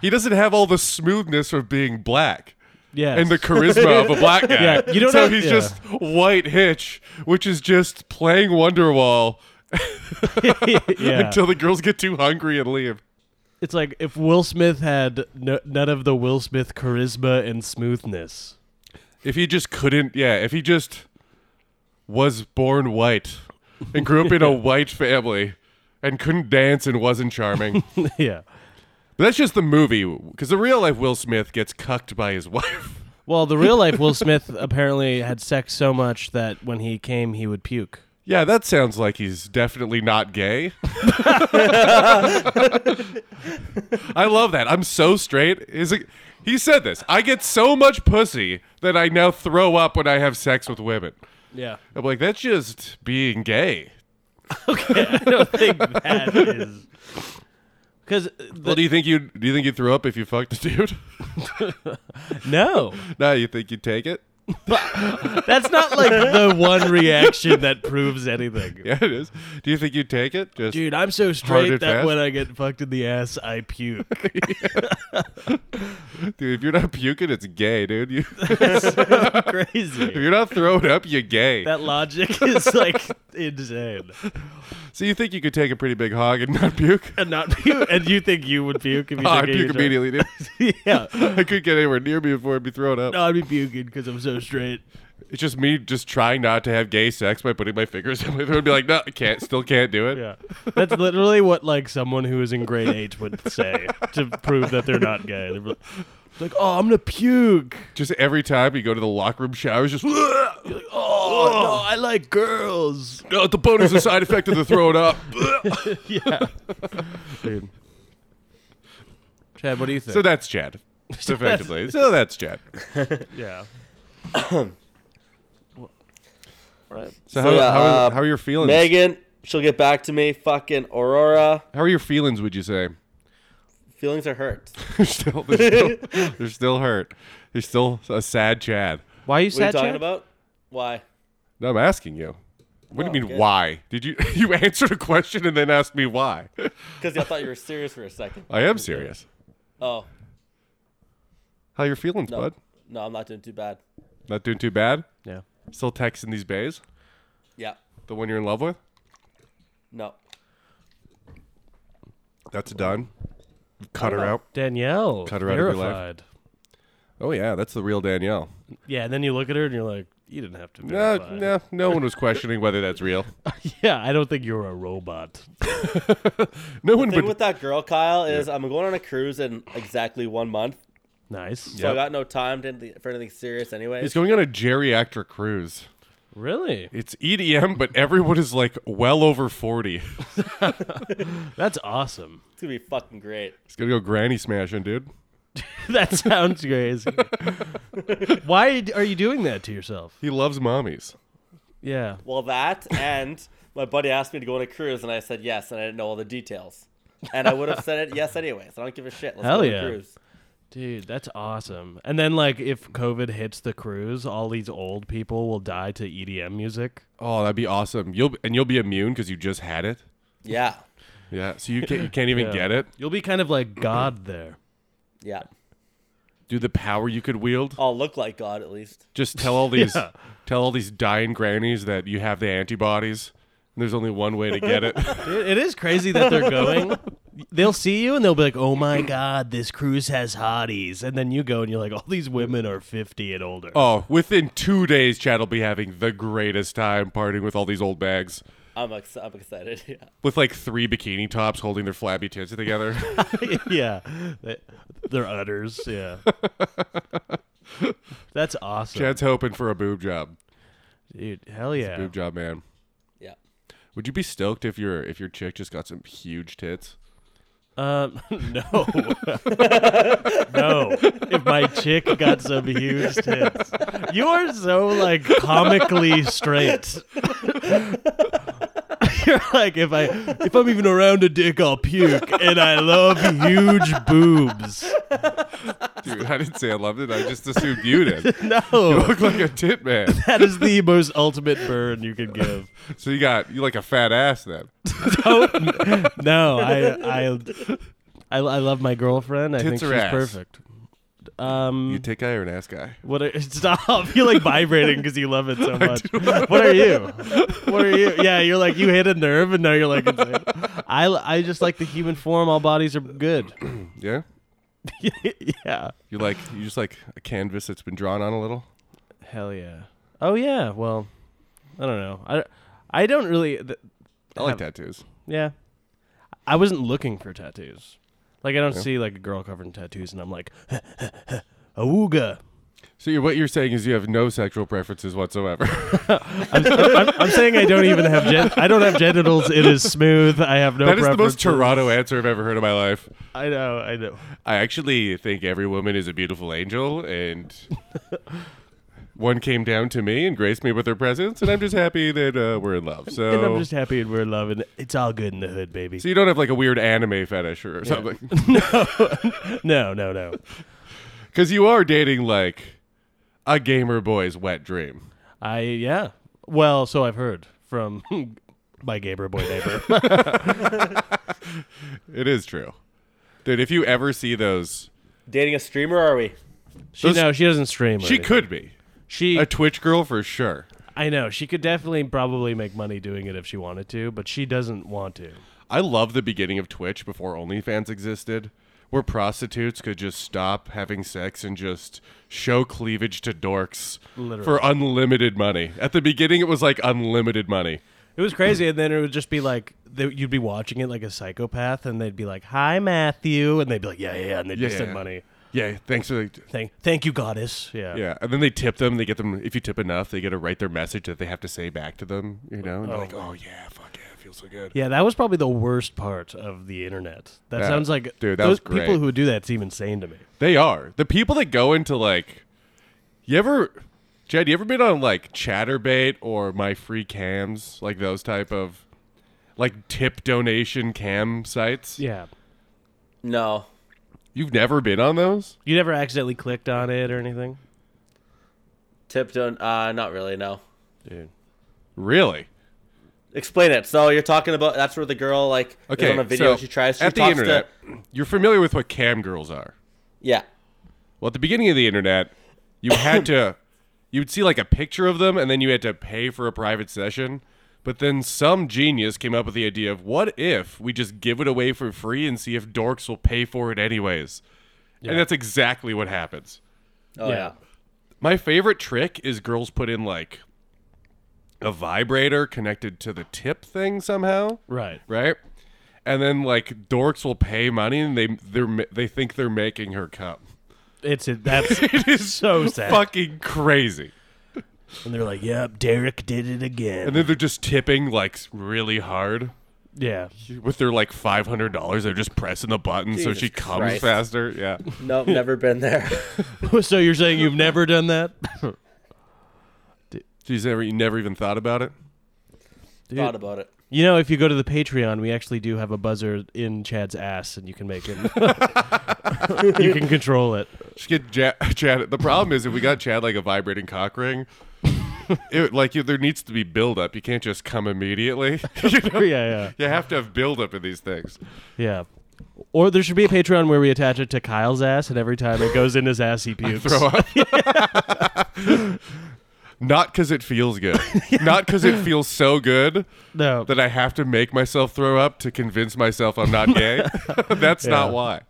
C: he doesn't have all the smoothness of being black
D: Yeah.
C: and the charisma of a black guy.
D: Yeah, you don't
C: so
D: have-
C: he's
D: yeah.
C: just white hitch, which is just playing Wonderwall
D: yeah.
C: until the girls get too hungry and leave.
D: It's like if Will Smith had no, none of the Will Smith charisma and smoothness.
C: If he just couldn't, yeah, if he just was born white and grew up in a white family and couldn't dance and wasn't charming.
D: yeah.
C: But that's just the movie, because the real life Will Smith gets cucked by his wife.
D: Well, the real life Will Smith apparently had sex so much that when he came, he would puke.
C: Yeah, that sounds like he's definitely not gay. I love that. I'm so straight. Is it? He said this. I get so much pussy that I now throw up when I have sex with women.
D: Yeah.
C: I'm like, that's just being gay.
D: I don't think that is. Because
C: Well, do you think you do you think you threw up if you fucked a dude?
D: no,
C: now you think you'd take it?
D: that's not like the one reaction that proves anything.
C: Yeah, it is. Do you think you'd take it? Just
D: Dude, I'm so
C: Hard
D: straight
C: and
D: that
C: fast?
D: when I get fucked in the ass, I puke.
C: dude, if you're not puking, it's gay, dude. You, if
D: Crazy.
C: you're not throwing up, you're gay.
D: That logic is like insane.
C: so you think you could take a pretty big hog and not puke?
D: And not puke. And you think you would puke if you
C: Oh, I
D: took
C: puke
D: any drug?
C: immediately, dude.
D: yeah.
C: I couldn't get anywhere near me before I'd be thrown up.
D: No, I'd be puking because I'm so straight.
C: It's just me just trying not to have gay sex by putting my fingers in my throat and be like, no, I can't, still can't do it.
D: Yeah. That's literally what like someone who is in grade eight would say to prove that they're not gay. They're like, oh, I'm gonna puke.
C: Just every time you go to the locker room showers, just, "Ugh."
D: Like, oh, no, I like girls.
C: no, the boner's a side effect of the throwing up.
D: Yeah. Dude. Chad, what do you think?
C: so that's Chad, effectively. so that's Chad.
D: yeah.
C: So,
B: So,
C: how,
B: yeah,
C: how,
B: uh,
C: are, how are your feelings?
B: Megan, she'll get back to me. Fucking Aurora,
C: How are your feelings, would you say?
B: feelings are hurt.
C: they're, still, they're, still, they're still hurt. They're still a sad Chad.
D: Why are
B: What are
D: you
B: you
D: sad,
B: talking
D: Chad?
B: about? Why?
C: No, I'm asking you. What do you
B: Oh,
C: mean,
B: okay.
C: why? Did you you answered a question and then asked me why?
B: Because I thought you were serious for a second.
C: I am serious.
B: Oh
C: How your feelings,
B: no,
C: bud?
B: no, I'm not doing too bad.
C: Not doing too bad.
D: Yeah.
C: Still texting these bays.
B: Yeah,
C: The one you're in love with.
B: no.
C: That's done. Cut her out.
D: Danielle.
C: Cut her out of your life.
D: verified.
C: Oh yeah, that's the real Danielle.
D: Yeah, and then you look at her and you're like, you didn't have to
C: No,
D: verify.
C: no, no one was questioning whether that's real.
D: Yeah, I don't think you're a robot.
C: No one
B: Thing
C: would.
B: with that girl, Kyle, is I'm going on a cruise in exactly one month,
D: Nice.
B: so I got no time to, anything- for anything serious, anyway.
C: He's going on a geriatric cruise.
D: Really?
C: It's EDM, but everyone is like well over forty.
D: That's awesome.
B: It's gonna be fucking great.
C: He's gonna go granny smashing, dude.
D: That sounds crazy. Why d- are you doing that to yourself?
C: He loves mommies.
D: Yeah.
B: Well, that and my buddy asked me to go on a cruise, and I said yes, and I didn't know all the details, and I would have said it yes anyways. I don't give a shit. Let's
D: Hell
B: go on
D: yeah.
B: a cruise.
D: Dude, that's awesome. And then, like, if COVID hits the cruise, all these old people will die to EDM music.
C: Oh, that'd be awesome. You'll and you'll be immune because you just had it.
B: Yeah,
C: Yeah, so you can't you can't even
D: Yeah.
C: get it.
D: You'll be kind of like God there.
B: yeah.
C: Dude, the power you could wield.
B: I'll look like God at least.
C: Just tell all these
D: Yeah.
C: tell all these dying grannies that you have the antibodies. And there's only one way to get it.
D: It, it is crazy that they're going. They'll see you and they'll be like, oh my God, this cruise has hotties. And then you go and you're like, all these women are 50 and older.
C: oh, within two days, Chad will be having the greatest time partying with all these old bags
B: I'm, ex- I'm excited. Yeah.
C: with like three bikini tops holding their flabby tits together.
D: yeah. They- They're udders. Yeah. That's awesome.
C: Chad's hoping for a boob job.
D: Dude, hell yeah.
C: Boob job, man.
B: Yeah.
C: Would you be stoked if your if your chick just got some huge tits?
D: Um, no, no. If my chick got some huge tits, you are so like comically straight. You're like if I if I'm even around a dick, I'll puke, and I love huge boobs.
C: Dude, I didn't say I loved it. I just assumed you did. You
D: No,
C: look like a tit man.
D: that is the most ultimate burn you can give.
C: So you got you like a fat ass then.
D: Don't. No, I I I, I love my girlfriend. I think
C: Tits
D: she's
C: or ass?
D: perfect. Um,
C: You tit guy or an ass guy?
D: What are, stop? You're like vibrating because you love it so much. What are you? What are you? Yeah, you're like you hit a nerve, and now you're like. Insane. I I just like the human form. All bodies are good.
C: Yeah.
D: yeah.
C: You like you just like a canvas that's been drawn on a little.
D: Hell yeah. Oh yeah. Well, I don't know. I I don't really. Th-
C: I like
D: Yeah.
C: tattoos.
D: yeah. I wasn't looking for tattoos. Like I don't see like a girl covered in tattoos, and I'm like, awooga.
C: So you're, what you're saying is you have no sexual preferences whatsoever.
D: I'm, I'm saying I don't even have gen- I don't have genitals. It is smooth. I have no.
C: that is the most
D: preferences.
C: Toronto answer I've ever heard in my life.
D: I know. I know.
C: I actually think every woman is a beautiful angel, and one came down to me and graced me with her presence, and I'm just happy that uh, we're in love. So,
D: And I'm just happy and we're in love, and It's all good in the hood, baby.
C: so you don't have like a weird anime fetish or something,
D: no, no, no.
C: because you are dating like a gamer boy's wet dream.
D: I yeah. Well, so I've heard from my gamer boy neighbor.
C: It is true, dude. If you ever see those,
B: Dating a streamer, are we?
D: she
C: Those-
D: no, she doesn't stream. or
C: she
D: anything.
C: could be
D: She
C: a Twitch girl for sure.
D: I know she could definitely probably make money doing it if she wanted to, but she doesn't want to.
C: I love the beginning of Twitch before OnlyFans existed, where prostitutes could just stop having sex and just show cleavage to dorks for unlimited money. At the beginning, it was like unlimited money.
D: It was crazy, and then it would just be like they, you'd be watching it like a psychopath, and they'd be like, "Hi, Matthew," and they'd be like, "Yeah, yeah,", yeah," and they'd
C: Yeah,
D: just
C: yeah,
D: send
C: yeah.
D: money.
C: Yeah, thanks for the.
D: Thank, thank you, goddess. Yeah,
C: Yeah, and then they tip them. They get them. If you tip enough, they get to write their message that they have to say back to them. You know, and they're like, "Oh yeah, fuck yeah, it feels so good."
D: Yeah, that was probably the worst part of the internet. That
C: Yeah.
D: sounds like
C: Dude, that was
D: those
C: great.
D: people who do that's even sane to me.
C: They are the people that go into like. You ever, Jed? You ever been on like ChatterBait or My Free Cams, like those type of, like tip donation cam sites?
D: Yeah,
B: No.
C: You've never been on those?
D: you never accidentally clicked on it or anything.
B: Tip don't. Uh, not really. No.
C: Really?
B: Explain it. So you're talking about that's where the girl like
C: Okay.
B: is on a video.
C: so
B: she tries. She
C: at the
B: talks
C: internet.
B: To,
C: You're familiar with what cam girls are.
B: yeah.
C: Well, at the beginning of the internet, you had to you would see like a picture of them and then you had to pay for a private session. But then some genius came up with the idea of what if we just give it away for free and see if dorks will pay for it anyways. And that's exactly what happens.
B: Oh
D: Yeah.
B: yeah.
C: My favorite trick is girls put in like a vibrator connected to the tip thing somehow
D: Right.
C: right? And then like dorks will pay money and they they're ma- they think they're making her come.
D: It's it. That's
C: It is
D: so sad.
C: fucking crazy.
D: and they're like, "Yep, Derek did it again."
C: And then they're just tipping like really hard
D: yeah,
C: with their like five hundred dollars. They're just pressing the button so
B: Jesus
C: she comes
B: Christ.
C: faster. Yeah,
B: Nope. Never been there.
D: so you're saying you've never done that?
C: she's never you never even thought about it.
B: Thought about it.
D: You know, if you go to the Patreon, we actually do have a buzzer in Chad's ass, and you can make him. you can control it.
C: Just get ja- Chad. The problem is if we got Chad like a vibrating cock ring. It, like you, there needs to be build up. You can't just come immediately. you, know?
D: Yeah, yeah,
C: you have to have build up in these things.
D: yeah. Or there should be a Patreon where we attach it to Kyle's ass, and every time it goes in his ass, he pukes.
C: throw up. Not because it feels good. Not because it feels so good
D: No,
C: that I have to make myself throw up to convince myself I'm not gay. That's not
D: Yeah.
C: why.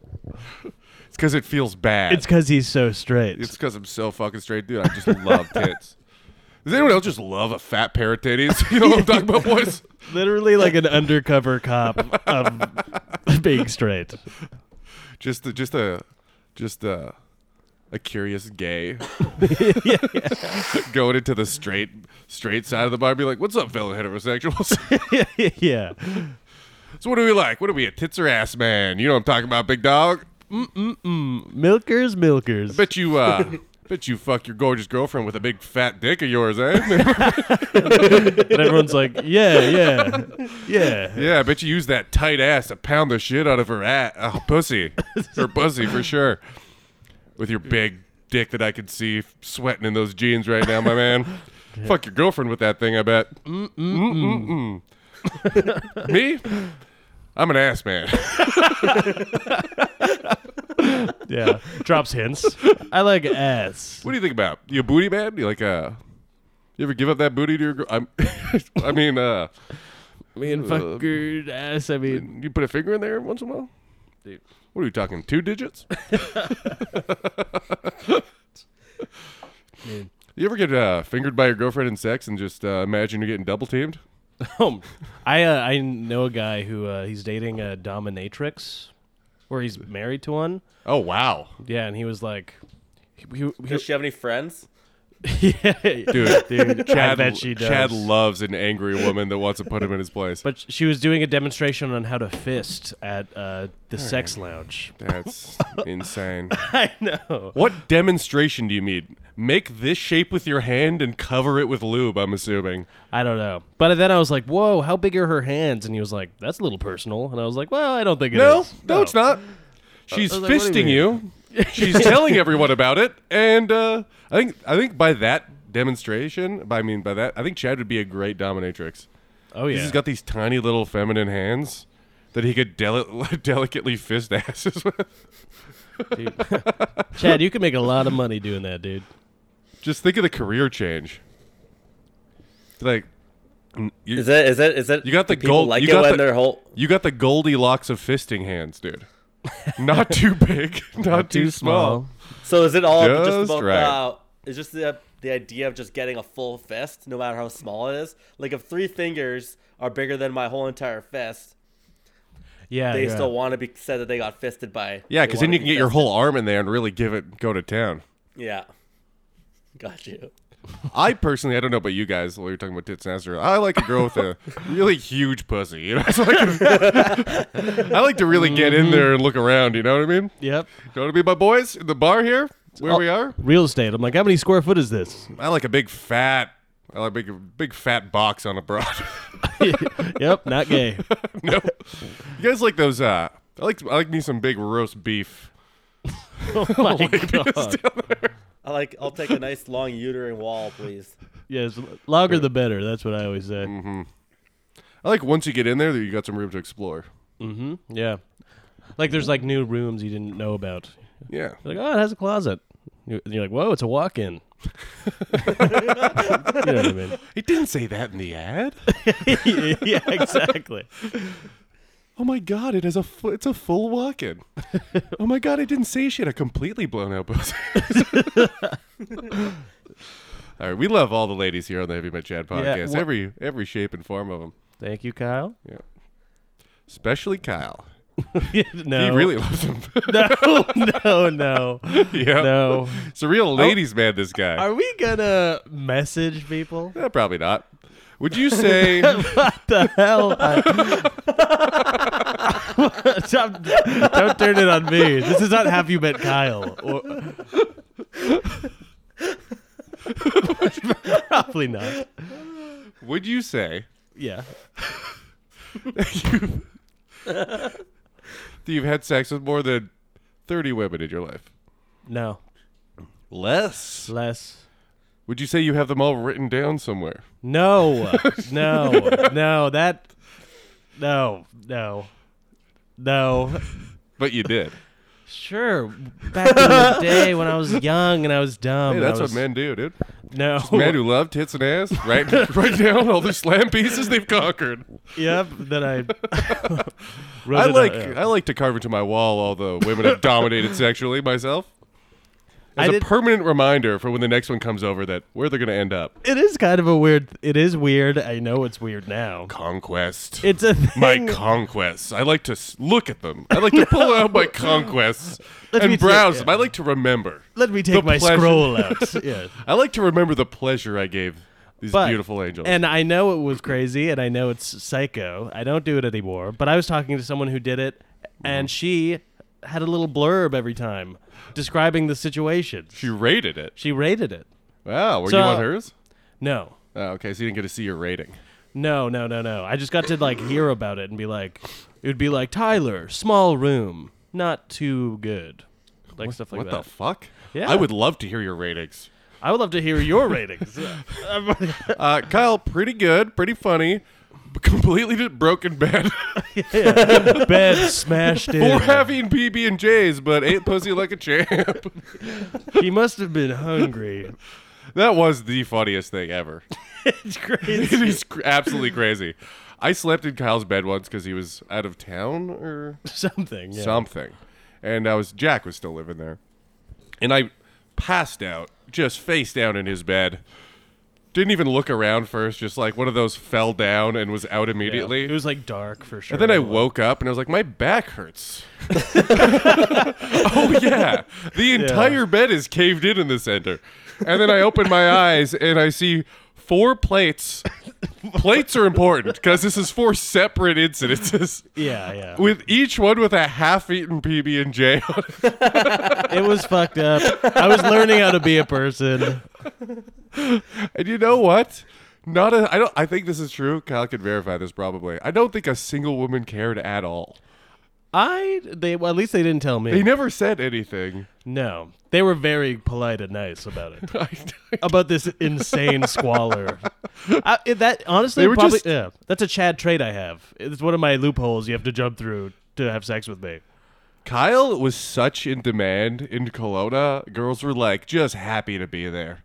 C: It's because it feels bad.
D: it's because he's so straight.
C: It's because I'm so fucking straight, dude. I just love tits. Does anyone else just love a fat pair of titties? You know what I'm talking about, boys?
D: literally like an undercover cop of being straight.
C: Just, a, just a, just a, a curious gay going into the straight, straight side of the bar. Be like, "What's up, fellow heterosexuals?"
D: yeah.
C: So what do we like? What are we, a tits or ass man? You know what I'm talking about, big dog.
D: Milkers, milkers.
C: Bet you, uh, bet you fuck your gorgeous girlfriend with a big fat dick of yours, eh?
D: and everyone's like, yeah, yeah, yeah.
C: yeah, I bet you use that tight ass to pound the shit out of her ass, oh, pussy, her pussy for sure, with your big dick that I can see f- sweating in those jeans right now, my man. Fuck your girlfriend with that thing, I bet. Mm-mm-mm. Me, I'm an ass man.
D: Yeah. Drops hints. I like ass.
C: What do you think about you a booty man? You like uh, you ever give up that booty to your girl? I'm, I mean, uh,
D: Me and fucker ass. I mean,
C: you put a finger in there once in a while. What are we talking? Two digits? You ever get uh, fingered by your girlfriend in sex and just uh, imagine you're getting double teamed?
D: um, I uh, I know a guy who uh, he's dating a dominatrix, or he's married to one.
C: Oh wow!
D: Yeah, and he was like, He- he-
B: Does she have any friends?
D: yeah,
C: Dude,
D: dude, I
C: Chad,
D: bet she does.
C: Chad loves an angry woman that wants to put him in his place.
D: but she was doing a demonstration on how to fist at uh, the sex lounge.
C: That's insane.
D: I know.
C: What demonstration do you need? Make this shape with your hand and cover it with lube, I'm assuming.
D: I don't know. But then I was like, "Whoa, how big are her hands?" And he was like, "That's a little personal." And I was like, "Well, I don't think it is." Oh.
C: No, no, it's not. She's
D: Uh, I was like, what do you
C: fisting you. She's telling everyone about it, and uh, I think I think by that demonstration, by I mean by that, I think Chad would be a great dominatrix.
D: Oh yeah.
C: He's got these tiny little feminine hands that he could deli- delicately fist asses with.
D: Chad, you can make a lot of money doing that, dude.
C: Just think of the career change. Like, n- you,
B: Is it? Is it? Is it?
C: You got the
B: do people
C: gold-
B: Like
C: you
B: it
C: got
B: when
C: the-
B: they're whole.
C: you got the Goldilocks of fisting hands, dude. Not too big, not, too, small.
B: So is it all just,
C: Just
B: about?
C: right.
B: Uh, is just the the idea of just getting a full fist, no matter how small it is. Like if three fingers are bigger than my whole entire fist,
D: Yeah.
B: they
D: yeah.
B: still want to be said that they got fisted by.
C: Yeah,
B: they
C: because then
B: wanna
C: you can
B: be
C: get your
B: fisted.
C: whole arm in there and really give it go to town.
B: Yeah. Got you.
C: I personally, I don't know about you guys. While you're talking about tits and ass, earlier, I like a girl with a really huge pussy. You know, so I, can- I like to really get in there and look around. You know what I mean?
D: Yep.
C: Don't want to be my boys in the bar here, where
B: Oh.
C: we are.
D: Real estate. I'm like, how many square foot is this?
C: I like a big fat, I like a big, big fat box on a broad.
D: yep. Not gay.
C: no, you guys like those? Uh, I like, I like me some big roast beef.
D: Oh my god.
B: I like. I'll take a nice long uterine wall, please.
D: Yes, longer the better. That's what I always say.
C: Mm-hmm. I like once you get in there, that you got some room to explore.
D: Yeah. Like there's like new rooms you didn't know about.
C: Yeah,
D: You're like, oh, it has a closet. You- And you're like, whoa, it's a walk-in. you know what I mean?
C: he didn't say that in the ad.
D: yeah, exactly.
C: Oh my god, it is a fu- it's a full walk-in. oh my god, I didn't say she had a completely blown out pussy. all right, we love all the ladies here on the Heavy Met Chad podcast.
D: wha-
C: every every shape and form of them,
D: Thank you, Kyle.
C: especially Kyle.
D: no,
C: He really loves them.
D: no, no, no,
C: yeah,
D: no.
C: it's a real ladies' man. This guy.
D: Are we gonna message people?
C: Eh, probably not. Would you say?
D: What the hell? I- don't, don't turn it on me. This is not Have You Met Kyle? Or... Probably not.
C: would you say
D: Yeah.
C: you that you've had sex with more than thirty women in your life?
D: No.
C: Less.
D: Less.
C: Would you say you have them all written down somewhere?
D: No. No. No. That. No. No. No.
C: But you did.
D: Sure. Back in the day when I was young and I was dumb.
C: Hey,
D: and I
C: that's
D: was-
C: what men do, dude.
D: No.
C: Men who love tits and ass, right? right down all the slam pieces they've conquered.
D: Yep. Then I.
C: I
D: wrote it
C: like
D: out.
C: I like to carve into my wall all the women I've dominated sexually myself.
D: I
C: As a
D: did-
C: permanent reminder for when the next one comes over that where they're gonna end up.
D: It is kind of a weird. It is weird. I know it's weird now.
C: Conquest.
D: It's a thing.
C: my conquests. I like to s- look at them. I like to pull out my conquests
D: Let me
C: and
D: see-
C: browse
D: yeah.
C: them. I like to remember.
D: Let me take my
C: pleasure.
D: scroll out. yeah.
C: I like to remember the pleasure I gave these
D: But-
C: beautiful angels.
D: And I know it was crazy, and I know it's psycho. I don't do it anymore. But I was talking to someone who did it, and she had a little blurb every time describing the situation.
C: she rated it.
D: She rated it.
C: Wow, were
D: So-
C: you on hers?
D: No.
C: Oh, okay, so you didn't get to see your rating.
D: No, no, no, no. I just got to like hear about it and be like, it would be like Tyler, small room, not too good, like stuff like
C: what
D: that.
C: the fuck?
D: Yeah.
C: I would love to hear your ratings.
D: I would love to hear your ratings. I'm-
C: Uh, Kyle, pretty good, pretty funny, but completely just broken bad
D: Bed smashed
C: for
D: in.
C: having PB and J's, but ate pussy like a champ.
D: He must have been hungry.
C: That was the funniest thing ever.
D: It's crazy.
C: it is cr- absolutely crazy. I slept in Kyle's bed once because he was out of town or
D: Something. Yeah.
C: something, and I was Jack was still living there, and I passed out just face down in his bed, Didn't even look around first, just like one of those fell down and was out immediately.
D: It was like dark for sure.
C: and then I woke up and I was like, my back hurts. oh, yeah. The entire bed is caved in in the center. And then I open my eyes and I see four plates. plates are important because this is four separate incidences.
D: Yeah, yeah.
C: With each one with a half-eaten PB and J on it.
D: it was fucked up. I was learning how to be a person.
C: And you know what? Not a. I don't. I think this is true. Kyle could verify this probably. I don't think a single woman cared at all.
D: I they well, at least they didn't tell me.
C: They never said anything.
D: no, they were very polite and nice about it.
C: I-
D: about this insane squalor. I, it- that honestly,
C: They were
D: probably,
C: just-
D: yeah, that's a Chad trait I have. It's one of my loopholes you have to jump through to have sex with me.
C: Kyle was such in demand in Kelowna. Girls were like just happy to be there.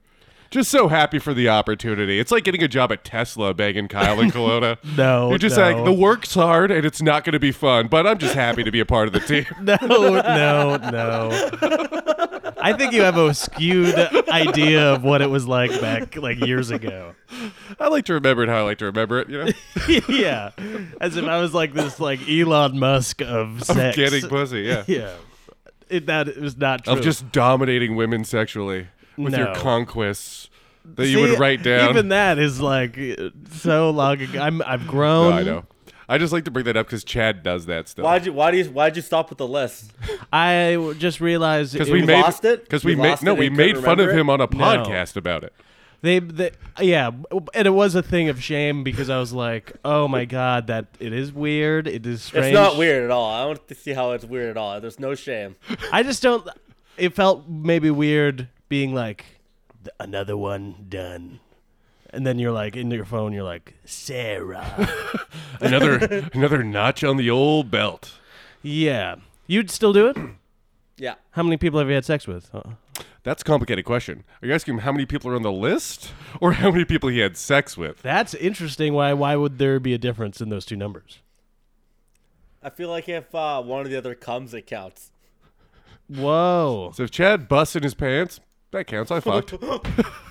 C: Just so happy for the opportunity. It's like getting a job at Tesla begging Kyle in Kelowna.
D: No,
C: You're just
D: no.
C: like, the work's hard and it's not going to be fun, but I'm just happy to be a part of the team.
D: No, no, no. I think you have a skewed idea of what it was like back like years ago.
C: I like to remember it how I like to remember it, you know?
D: yeah, as if I was like this like Elon Musk of
C: Of
D: sex.
C: getting pussy, yeah.
D: yeah, it, that is not true.
C: Of just dominating women sexually with your
D: No.
C: conquests that you
D: See,
C: would write down.
D: Even that is like so long ago. I'm I've
C: No,
D: grown.
C: I know. I just like to bring that up because Chad does that stuff.
B: Why'd you why do you why'd you stop with the list?
D: I w- just realized
C: Because
D: it
C: we
D: was-
C: made
B: lost it?
C: Because
B: You
C: we made
B: lost
C: no,
B: it
C: we
B: and
C: made
B: couldn't
C: fun of
B: remember
C: him on a
D: No.
C: podcast about it.
D: they, they yeah, and it was a thing of shame because I was like, oh my god, that it is weird. It is strange.
B: It's not weird at all. I want to see how it's weird at all. There's no shame.
D: I just don't. It felt maybe weird being like "Th- another one done, and then you're like in your phone, you're like Sarah.
C: Another another notch on the old belt.
D: yeah, you'd still do it.
B: Yeah.
D: How many people have you had sex with? Uh,
C: That's a complicated question. Are you asking him how many people are on the list, or how many people he had sex with?
D: That's interesting. Why? Why would there be a difference in those two numbers?
B: I feel like if uh, one of the other comes, it counts.
D: Whoa.
C: So if Chad busts in his pants, that counts. I fucked.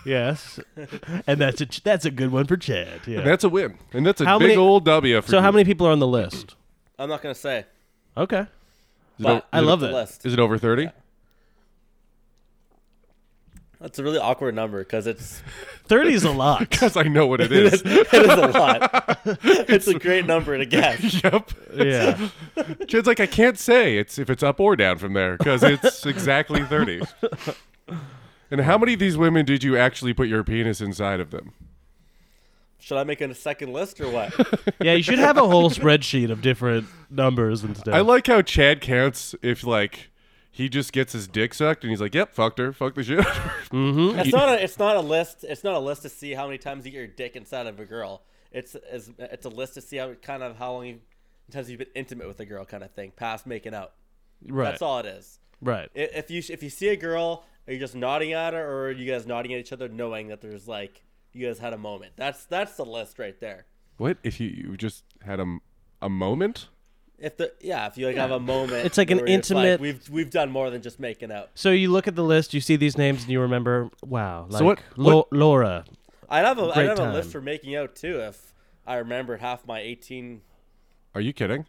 D: Yes. and that's a that's a good one for Chad. Yeah.
C: That's a win, and that's a
D: How
C: big
D: many-
C: old W. For
D: so how
C: you.
D: many people are on the list?
B: I'm not gonna say.
D: Okay.
C: Is it o-
B: But
D: I
C: is it-
D: love
B: the
D: that.
B: list.
C: Is it over thirty?
B: That's a really awkward number because it's
D: 30 is a lot.
C: Because I know what it is.
B: it is a lot. it's a great number to guess.
C: yep.
D: yeah.
C: Chad's like, I can't say it's if it's up or down from there because it's exactly thirty. And how many of these women did you actually put your penis inside of them?
B: Should I make a second list or what?
D: Yeah, you should have a whole spreadsheet of different numbers and stuff.
C: I like how Chad counts if like he just gets his dick sucked and he's like, "Yep, fucked her, fuck the shit."
B: It's not a it's not a list. It's not a list to see how many times you get your dick inside of a girl. It's it's, it's a list to see how kind of how long you, times you've been intimate with a girl, kind of thing, past making out.
D: right.
B: That's all it is.
D: Right.
B: I- If you if you see a girl, are you just nodding at her, or are you guys nodding at each other, knowing that there's like you guys had a moment? That's that's the list right there.
C: what if you, you just had a, m- a moment?
B: If the yeah, if you like have a moment,
D: It's like an
B: where you're just
D: intimate-
B: we've we've done more than just making out.
D: So you look at the list, you see these names, and you remember, wow, like
C: what-
D: Lo- Laura.
B: I'd have a I'd
D: Great
B: have a
D: time.
B: list for making out too if I remembered half my eighteen.
C: Are you kidding?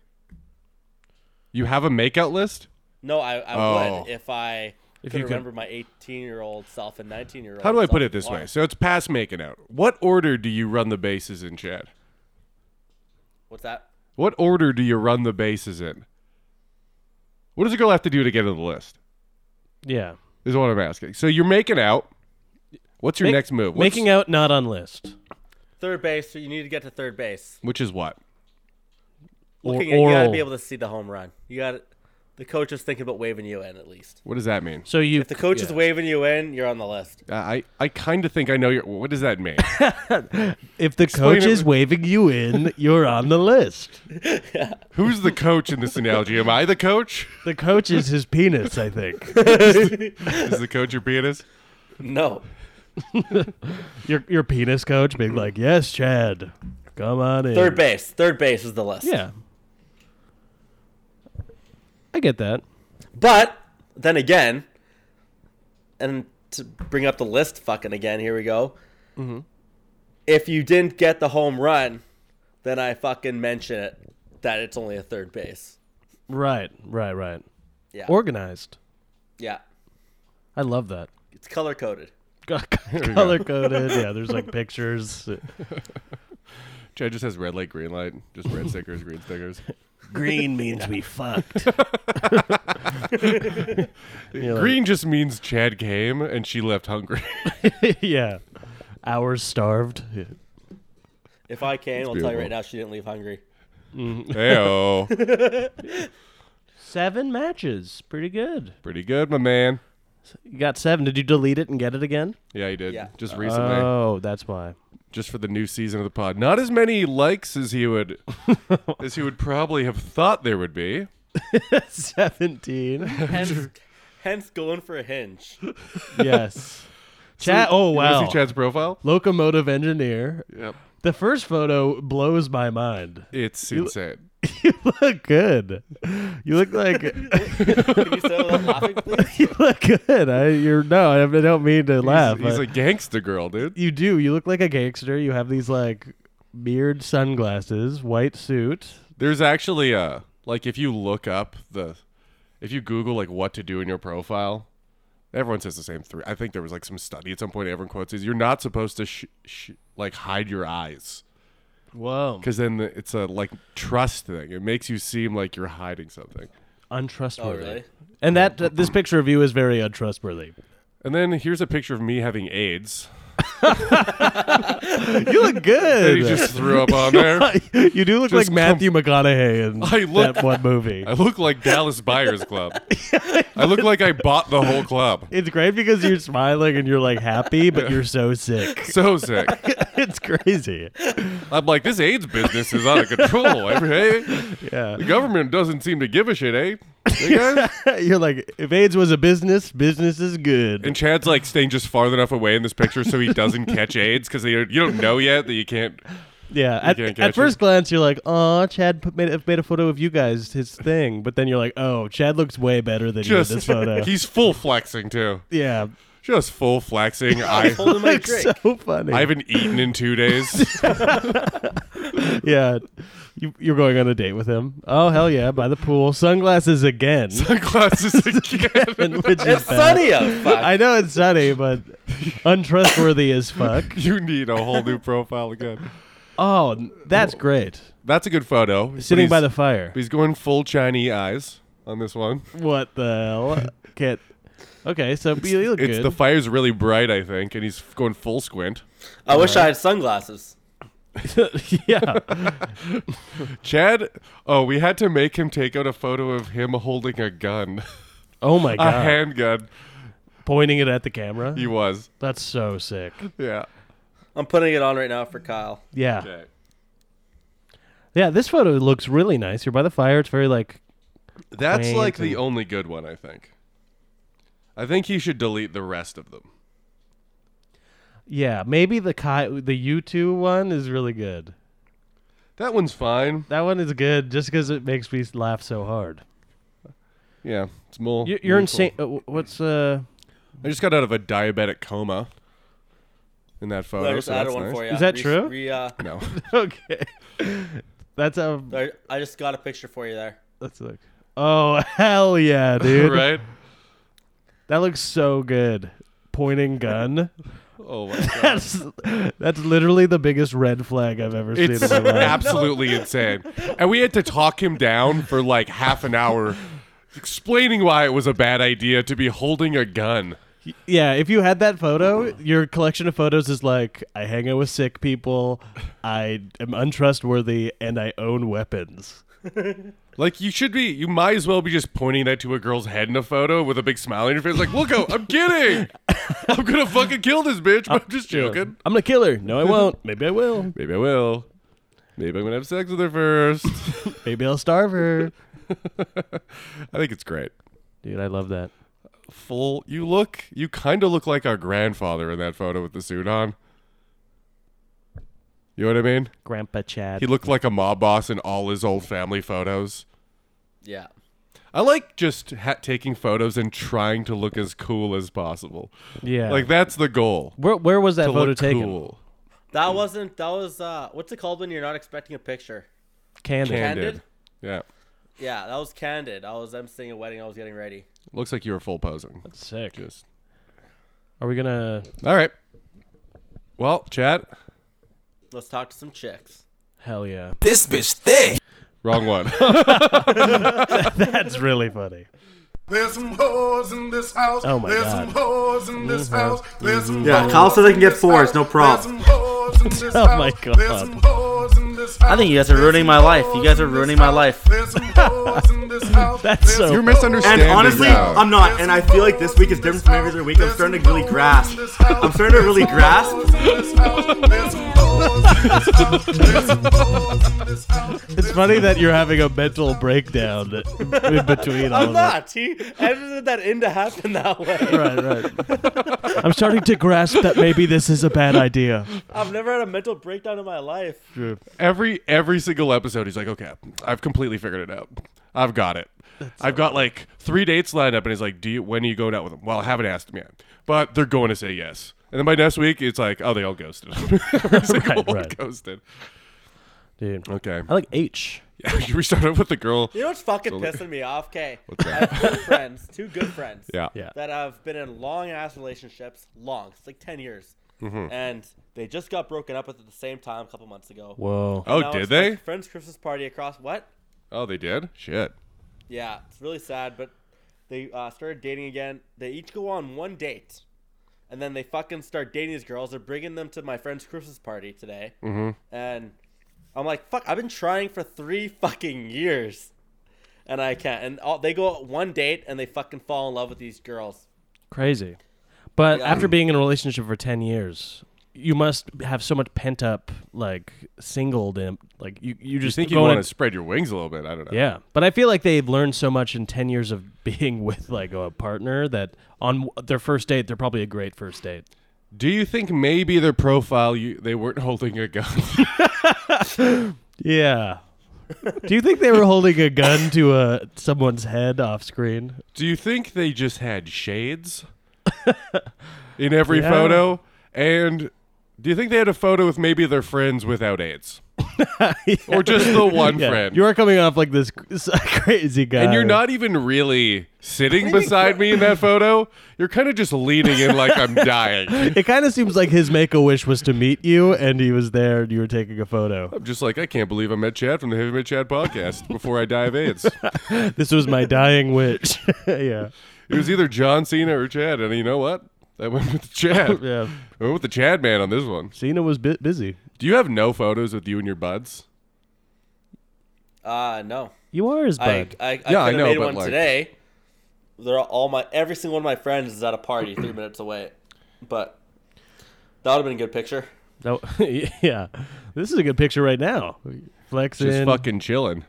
C: You have a makeout list?
B: No, I, I
C: Oh.
B: would if I if
D: you
B: could
D: could-
B: remember my eighteen year old self and nineteen year old.
C: How do I put it this way? So it's past making out. What order do you run the bases in, Chad?
B: What's that?
C: What order do you run the bases in? What does a girl have to do to get on the list?
D: Yeah.
C: Is what I'm asking. So you're making out. What's your
D: Make-
C: next move? What's-
D: Making out not on list.
B: Third base. So you need to get to third base.
C: which is what?
D: Or
B: Looking at- you gotta
D: oral.
B: be able to see the home run. You got to The coach is thinking about waving you in at least.
C: What does that mean?
D: so you
B: If the coach
D: yeah.
B: is waving you in, you're on the list.
C: I I kind of think I know your. What does that mean?
D: If the
C: Explain
D: coach
C: it
D: is
C: with-
D: waving you in, you're on the list.
C: Who's the coach in this analogy? Am I the coach?
D: The coach is his penis, I think.
C: Is the coach your penis?
B: No,
D: your your penis coach being like, "Yes, Chad, come on in."
B: third base. Third base is the list.
D: Yeah, I get that.
B: But then again,
D: Mm-hmm.
B: and to bring up the list fucking again, here we go. if you didn't get the home run, then I fucking mention it that it's only a third base.
D: Right, right, right.
B: Yeah.
D: Organized.
B: yeah.
D: I love that.
B: It's color coded.
D: Color coded. Yeah, there's like pictures.
C: Chad just has red light, green light, just red stickers, green stickers.
D: Green means we fucked. You're like,
C: Green just means Chad came and she left hungry.
D: yeah. Hours starved. Yeah.
B: If I can, I'll tell you
C: beautiful.
B: right now, she didn't leave hungry.
C: Heyo,
D: Seven matches. Pretty good.
C: pretty good, my man.
D: You got seven. Did you delete it and get it again?
C: Yeah, he did.
B: Yeah.
C: Just recently,
D: Oh, that's why.
C: just for the new season of the pod. Not as many likes as he would, as he would probably have thought there would be.
D: 17.
B: Hence, hence going for a hinge.
D: yes. Chat. Oh,
C: You wanna
D: wow.
C: See Chad's profile.
D: Locomotive engineer.
C: Yep,
D: The first photo blows my mind.
C: it's insane.
D: You look good. You look like
B: Can you settle that laughing, please?
D: you look good. I you're no, I mean, I don't mean to laugh.
C: He's, he's
D: I-
C: a gangster girl, dude.
D: you do. You look like a gangster. You have these like beard sunglasses, white suit.
C: There's actually a like if you look up the if you Google like what to do in your profile, everyone says the same three. I think there was like some study at some point. Everyone quotes is you're not supposed to sh- sh- like hide your eyes
D: Whoa.
C: because then the- it's a like trust thing. It makes you seem like you're hiding something.
B: Oh,
D: Untrustworthy.
B: really?
D: And that th- this picture of you is very untrustworthy.
C: And then here's a picture of me having AIDS.
D: You look
C: That he
D: good.
C: just threw up on there.
D: you do look
C: Just
D: like Matthew McConaughey in
C: I look-
D: that one movie.
C: I look like Dallas Buyers Club. I look like I bought the whole club.
D: It's great because you're smiling and you're like happy, but you're so sick.
C: So sick.
D: it's crazy.
C: I'm like, this AIDS business is out of control. Every
D: Yeah.
C: The government doesn't seem to give a shit, eh? Hey, guys?
D: You're like, if AIDS was a business, business is good.
C: and Chad's like staying just far enough away in this picture so he doesn't catch AIDS because you don't know yet that you can't.
D: yeah. At,
C: can't
D: at
C: catch
D: first
C: it.
D: glance, you're like, oh, Chad put, made, made a photo of you guys, his thing. But then you're like, oh, Chad looks way better than you in
C: Just
D: this photo.
C: he's full flexing too.
D: yeah.
C: Just full flexing. I
B: Holding my
D: It's
B: drink.
D: so funny.
C: I haven't eaten in two days.
D: yeah. You, you're going on a date with him. Oh, hell yeah. By the pool. Sunglasses again.
C: Sunglasses again.
D: and- which is
B: It's
D: bad.
B: sunny out. Fuck.
D: I know it's sunny, but untrustworthy as fuck.
C: you need a whole new profile again.
D: Oh, n- that's great.
C: That's a good photo. but
D: Sitting by the
C: he's-
D: fire.
C: He's going full Chinese eyes on this one.
D: What the hell? Get. Okay, so you look
C: It's
D: good.
C: the fire's really bright, I think, and he's going full squint.
B: I wish I had sunglasses.
D: yeah.
C: Chad, oh, we had to make him take out a photo of him holding a gun,
D: Oh my
C: a
D: god.
C: handgun.
D: Pointing it at the camera.
C: He was,
D: That's so sick.
C: yeah.
B: I'm putting it on right now for Kyle.
D: Yeah.
C: Okay.
D: Yeah, this photo looks really nice. You're by the fire. It's very like
C: That's
D: Quaint
C: like the
D: and-
C: only good one, I think. I think he should delete the rest of them.
D: yeah, maybe the Kai, the U2 one is really good.
C: That one's fine.
D: That one is good just cuz it makes me laugh so hard.
C: Yeah, it's more.
D: You- You're
C: more
D: in St. Uh, wh- what's uh
C: cool. I just got out of a diabetic coma. In that photo,
B: I just
C: so
B: added
C: that's
B: one
C: nice.
B: for you.
D: Is that
B: Re-
D: true?
B: Re, uh,
C: No,
D: Okay. That's a
B: I I just got a picture for you there.
D: let's look. Oh, hell yeah, dude.
C: right?
D: That looks so good. Pointing gun.
C: Oh my god.
D: That's that's literally the biggest red flag I've ever
C: It's
D: seen in my life.
C: absolutely insane. And we had to talk him down for like half an hour, explaining why it was a bad idea to be holding a gun.
D: Yeah, if you had that photo, your collection of photos is like I hang out with sick people, I am untrustworthy, and I own weapons.
C: Like you should be, you might as well be just pointing that to a girl's head in a photo with a big smile on your face, like, "Look, out, I'm kidding. I'm gonna fucking kill this bitch."
D: Uh,
C: But I'm just joking.
D: I'm gonna kill her. No, I won't. Maybe I will.
C: Maybe I will. Maybe I'm gonna have sex with her first.
D: Maybe I'll starve her.
C: I think it's great.
D: Dude, I love that.
C: Full, you look, you kind of look like our grandfather in that photo with the suit on. You know what I mean?
D: Grandpa Chad.
C: He looked like a mob boss in all his old family photos.
B: Yeah.
C: I like just ha- taking photos and trying to look as cool as possible.
D: yeah.
C: Like that's the goal.
D: where where was that
C: To
D: photo
C: look
D: taken?
C: cool.
B: That wasn't. That was. uh What's it called when you're not expecting a picture?
D: Candid.
B: Candid?
C: Yeah.
B: Yeah, that was candid. I was them seeing a wedding. I was getting ready.
C: Looks like you were full posing.
D: Sick.
C: Just
D: Are we gonna
C: all right. Well, Chad,
B: Let's talk to some chicks.
D: hell yeah.
G: This bitch thick.
C: wrong one.
D: That's really funny.
H: There's some hoes in this house.
D: Oh my
H: There's
D: God.
H: some hoes in this
B: Mm-hmm.
H: house. There's some
I: Yeah,
H: hoes
I: Kyle said they can
H: in
I: get
H: this
I: fours,
H: house.
I: no problem.
H: There's some hoes in this
D: Oh my
H: house. There's some hoes in this house.
B: I think you guys are
H: There's
B: ruining
H: some
B: my life.
H: hoes
B: You guys are
H: in this
B: ruining my
H: house.
B: life.
H: There's some hoes in this house.
D: That's
H: There's
D: so-
H: some
D: You're
H: hoes
C: misunderstanding.
H: in
I: And
H: this
I: honestly,
C: Standing out.
I: I'm not. And I feel like this week is different from every other week. I'm starting to really grasp. I'm starting to really grasp.
D: It's funny that you're having a mental breakdown in between all
B: I'm
D: of
B: not. He edited that in to happen that
D: it.
B: way.
D: Right, right. I'm starting to grasp that maybe this is a bad idea.
B: I've never had a mental breakdown in my life.
C: every every single episode, he's like, "Okay, I've completely figured it out. I've got it. I've got like three dates lined up." And he's like, "Do you? When are you going out with them?" Well, I haven't asked them yet, but they're going to say yes. And then by next week, it's like, "Oh, they all ghosted. every single
D: Right,
C: one
D: right.
C: ghosted."
D: Dude.
C: Okay,
D: I like H.
C: yeah, you started with the girl.
B: You know what's fucking
C: like-
B: pissing me off? Okay, I have two friends, two good friends,
C: Yeah,
D: Yeah.
B: that have been in long ass relationships, long, it's like ten years,
C: Mm-hmm.
B: and they just got broken up with at the same time a couple months ago.
D: Whoa.
C: Oh,
B: Now
C: did
B: it's
C: they?
B: like Friends Christmas party across what?
C: Oh, they did. Shit.
B: Yeah, it's really sad, but they uh, started dating again. They each go on one date, and then they fucking start dating these girls. They're bringing them to my friend's Christmas party today, mm-hmm. and I'm like, "Fuck! I've been trying for three fucking years, and I can't." And all, they go on one date, and they fucking fall in love with these girls.
D: Crazy. But
B: Yeah.
D: after being in a relationship for 10 years, you must have so much pent up, like, singledom. Like, you, you
C: You
D: just
C: think you
D: going
C: want to
D: in-
C: spread your wings a little bit? I don't know.
D: Yeah, but I feel like they've learned so much in ten years of being with like a partner that on w- their first date they're probably a great first date.
C: Do you think maybe their profile you they weren't holding a gun?
D: Yeah. Do you think they were holding a gun to uh, someone's head off screen?
C: Do you think they just had shades in every
D: Yeah.
C: photo? And do you think they had a photo with maybe their friends without AIDS? Or just the one
D: Yeah,
C: friend?
D: you are coming off like this c- s- crazy guy,
C: and you're not even really sitting beside me in that photo. You're kind of just leaning in like I'm dying.
D: It kind of seems like his make a wish was to meet you, and he was there, and you were taking a photo.
C: I'm just like, I can't believe I met Chad from the Heavy Mid Chad podcast before I die of AIDS.
D: This was my dying wish. yeah,
C: It was either John Cena or Chad. And you know what? I went with the Chad.
D: yeah.
C: I went with the Chad man on this one.
D: Cena was bu- busy.
C: Do you have no photos with you and your buds?
B: Uh no,
D: You are his
B: I
D: bud.
B: I, I
C: Yeah, I
B: could have
C: know,
B: made
C: but,
B: one
C: like-
B: today. They're all, all my every single one of my friends is at a party three minutes away, but that would have been a good picture.
D: No, yeah, this is a good picture right now. Flexing,
C: just fucking chilling.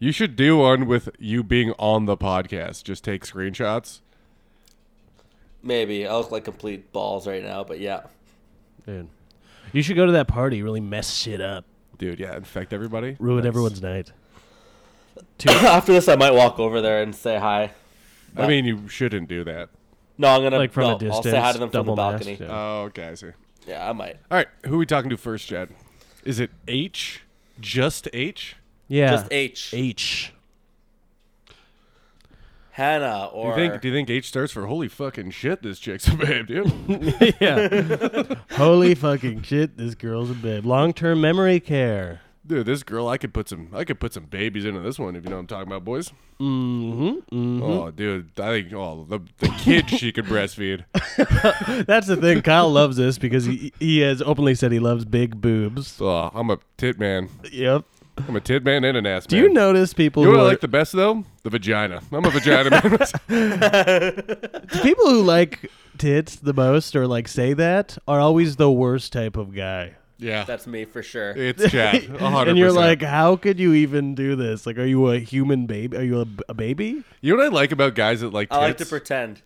C: You should do one with you being on the podcast. Just take screenshots.
B: Maybe I look like complete balls right now, but yeah.
D: Dude, you should go to that party. Really mess shit up.
C: Dude, yeah, infect everybody.
D: Ruin everyone's night.
B: After this, I might walk over there and say hi.
C: I mean, you shouldn't do that.
B: No, I'm gonna
D: Like from
B: no,
D: a distance.
B: I'll say hi to them from the
D: double mask,
B: balcony.
D: yeah.
C: Oh, okay, I see.
B: Yeah, I might.
C: All right, who are we talking to first, Chad? Is it H? Just H?
D: yeah.
B: Just H.
D: H.
B: Hannah
C: Do
B: or
C: you think do you think H starts for holy fucking shit this chick's a babe, dude?
D: yeah. Holy fucking shit, this girl's a babe. Long term memory care.
C: dude, this girl I could put some I could put some babies into this one if you know what I'm talking about, boys. Mm-hmm. Oh, dude, I think oh the the kid she could breastfeed.
D: That's the thing. Kyle loves this because he he has openly said he loves big boobs.
C: Oh, I'm a tit man.
D: Yep.
C: I'm a tit man and an ass
D: Do
C: man.
D: you notice people
C: You know
D: who
C: what I
D: are-
C: like the best though? The vagina. I'm a vagina man.
D: people who like tits the most or like say that are always the worst type of guy.
C: yeah,
B: that's me for sure.
C: it's Chad. A hundred
D: And you're
C: percent.
D: like, how could you even do this? Like, are you a human baby? Are you a, a baby?
C: you know what I like about guys that like tits
B: I like to pretend.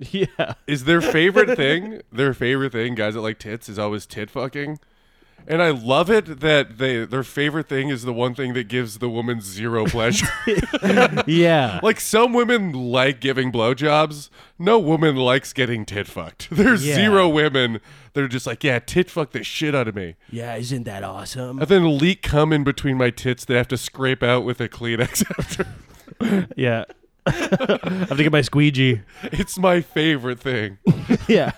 D: Yeah.
C: is their favorite thing. Their favorite thing, guys that like tits, is always tit fucking. And I love it that they their favorite thing is the one thing that gives the woman zero pleasure.
D: Yeah.
C: like some women like giving blowjobs. No woman likes getting tit fucked. There's
D: Yeah.
C: zero women that are just like, yeah, tit fuck the shit out of me.
D: yeah, isn't that awesome?
C: And then leak cum in between my tits that I have to scrape out with a Kleenex after.
D: Yeah. I have to get my squeegee.
C: It's my favorite thing.
D: Yeah.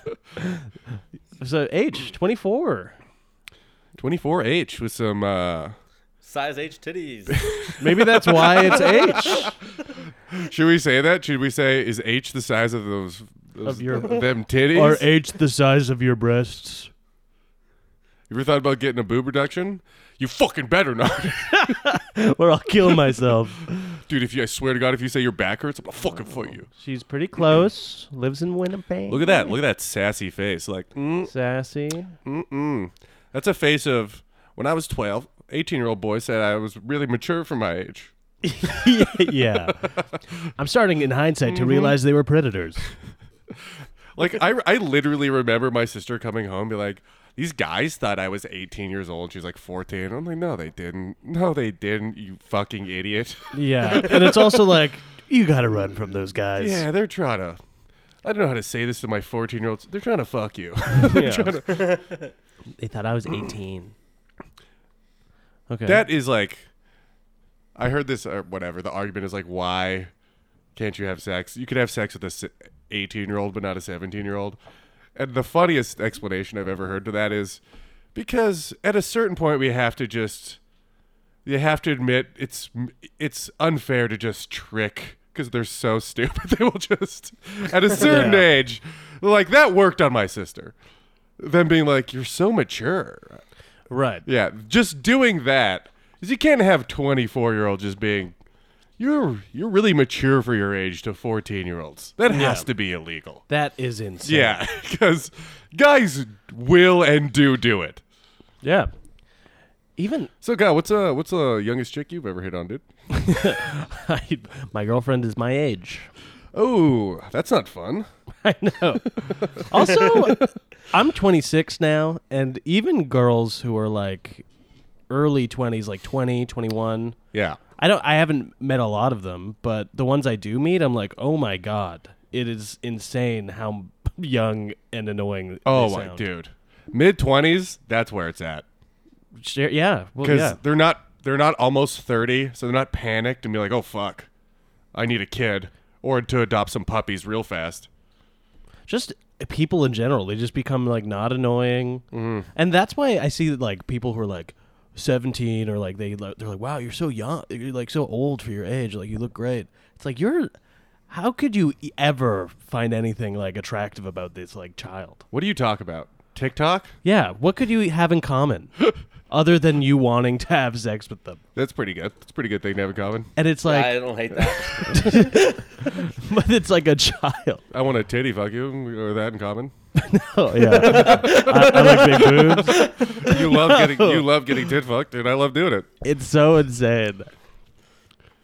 D: So age 24.
C: 24H with some uh
B: Size H titties.
D: Maybe that's why it's H.
C: Should we say that? Should we say is H the size of those, those
D: your-
C: them titties?
D: Or H the size of your breasts.
C: you ever thought about getting a boob reduction? You fucking better not.
D: Or I'll kill myself.
C: Dude, if you I swear to God, if you say your back hurts, I'm gonna fucking foot you.
D: She's pretty close. Lives in Winnipeg.
C: Look at that. Look at that sassy face. Like, mm,
D: Sassy.
C: mm. That's a face of when I was 12, 18 year old boy said I was really mature for my age.
D: yeah. I'm starting in hindsight
C: Mm-hmm.
D: to realize they were predators.
C: Like, I, I literally remember my sister coming home be like, these guys thought I was 18 years old. She's like 14. I'm like, no, they didn't. No, they didn't, you fucking idiot.
D: Yeah. And it's also like, you got to run from those guys.
C: yeah, they're trying to. I don't know how to say this to my 14 year olds. They're trying to fuck you. They're
D: Yeah.
C: trying to-
D: They thought I was 18. Okay.
C: That is like, I heard this or whatever. The argument is like, why can't you have sex? You could have sex with a eighteen-year-old, but not a seventeen-year-old. And the funniest explanation I've ever heard to that is because at a certain point we have to just, you have to admit it's it's unfair to just trick because they're so stupid. They will just at a certain
D: Yeah.
C: age, like that worked on my sister. Them being like, you're so mature.
D: right.
C: Yeah, just doing that is you can't have 24 year old just being you're you're really mature for your age to 14 year olds. That has to be illegal.
D: That is insane.
C: Yeah, because guys will and do do it.
D: Yeah. Even
C: So, God, what's uh what's the youngest chick you've ever hit on, dude?
D: I, my girlfriend is my age.
C: Oh, that's not fun.
D: I know. also, I'm 26 now, and even girls who are like early 20s, like 20, 21,
C: Yeah,
D: I don't. I haven't met a lot of them, but the ones I do meet, I'm like, oh my god, it is insane how young and annoying.
C: Oh
D: they
C: my
D: sound.
C: dude, mid twenties. That's where it's at
D: Sure, Yeah, well,
C: because
D: yeah,
C: they're not they're not almost thirty, so they're not panicked and be like, oh fuck, I need a kid or to adopt some puppies real fast.
D: just people in general, they just become like not annoying, and that's why I see like people who are like. 17 or like they lo- they're like wow you're so young you're like so old for your age like you look great it's like you're how could you e- ever find anything like attractive about this like child
C: What do you talk about? TikTok?
D: yeah what could you e, have in common other than you wanting to have sex with them
C: That's pretty good. That's a pretty good thing to have in common.
D: and it's like
B: I don't hate that.
D: but it's like a child.
C: I want a titty fuck you or that in common.
D: Oh yeah, I, I like big boobs.
C: You love getting you love getting tit fucked, and I love doing it.
D: It's so insane.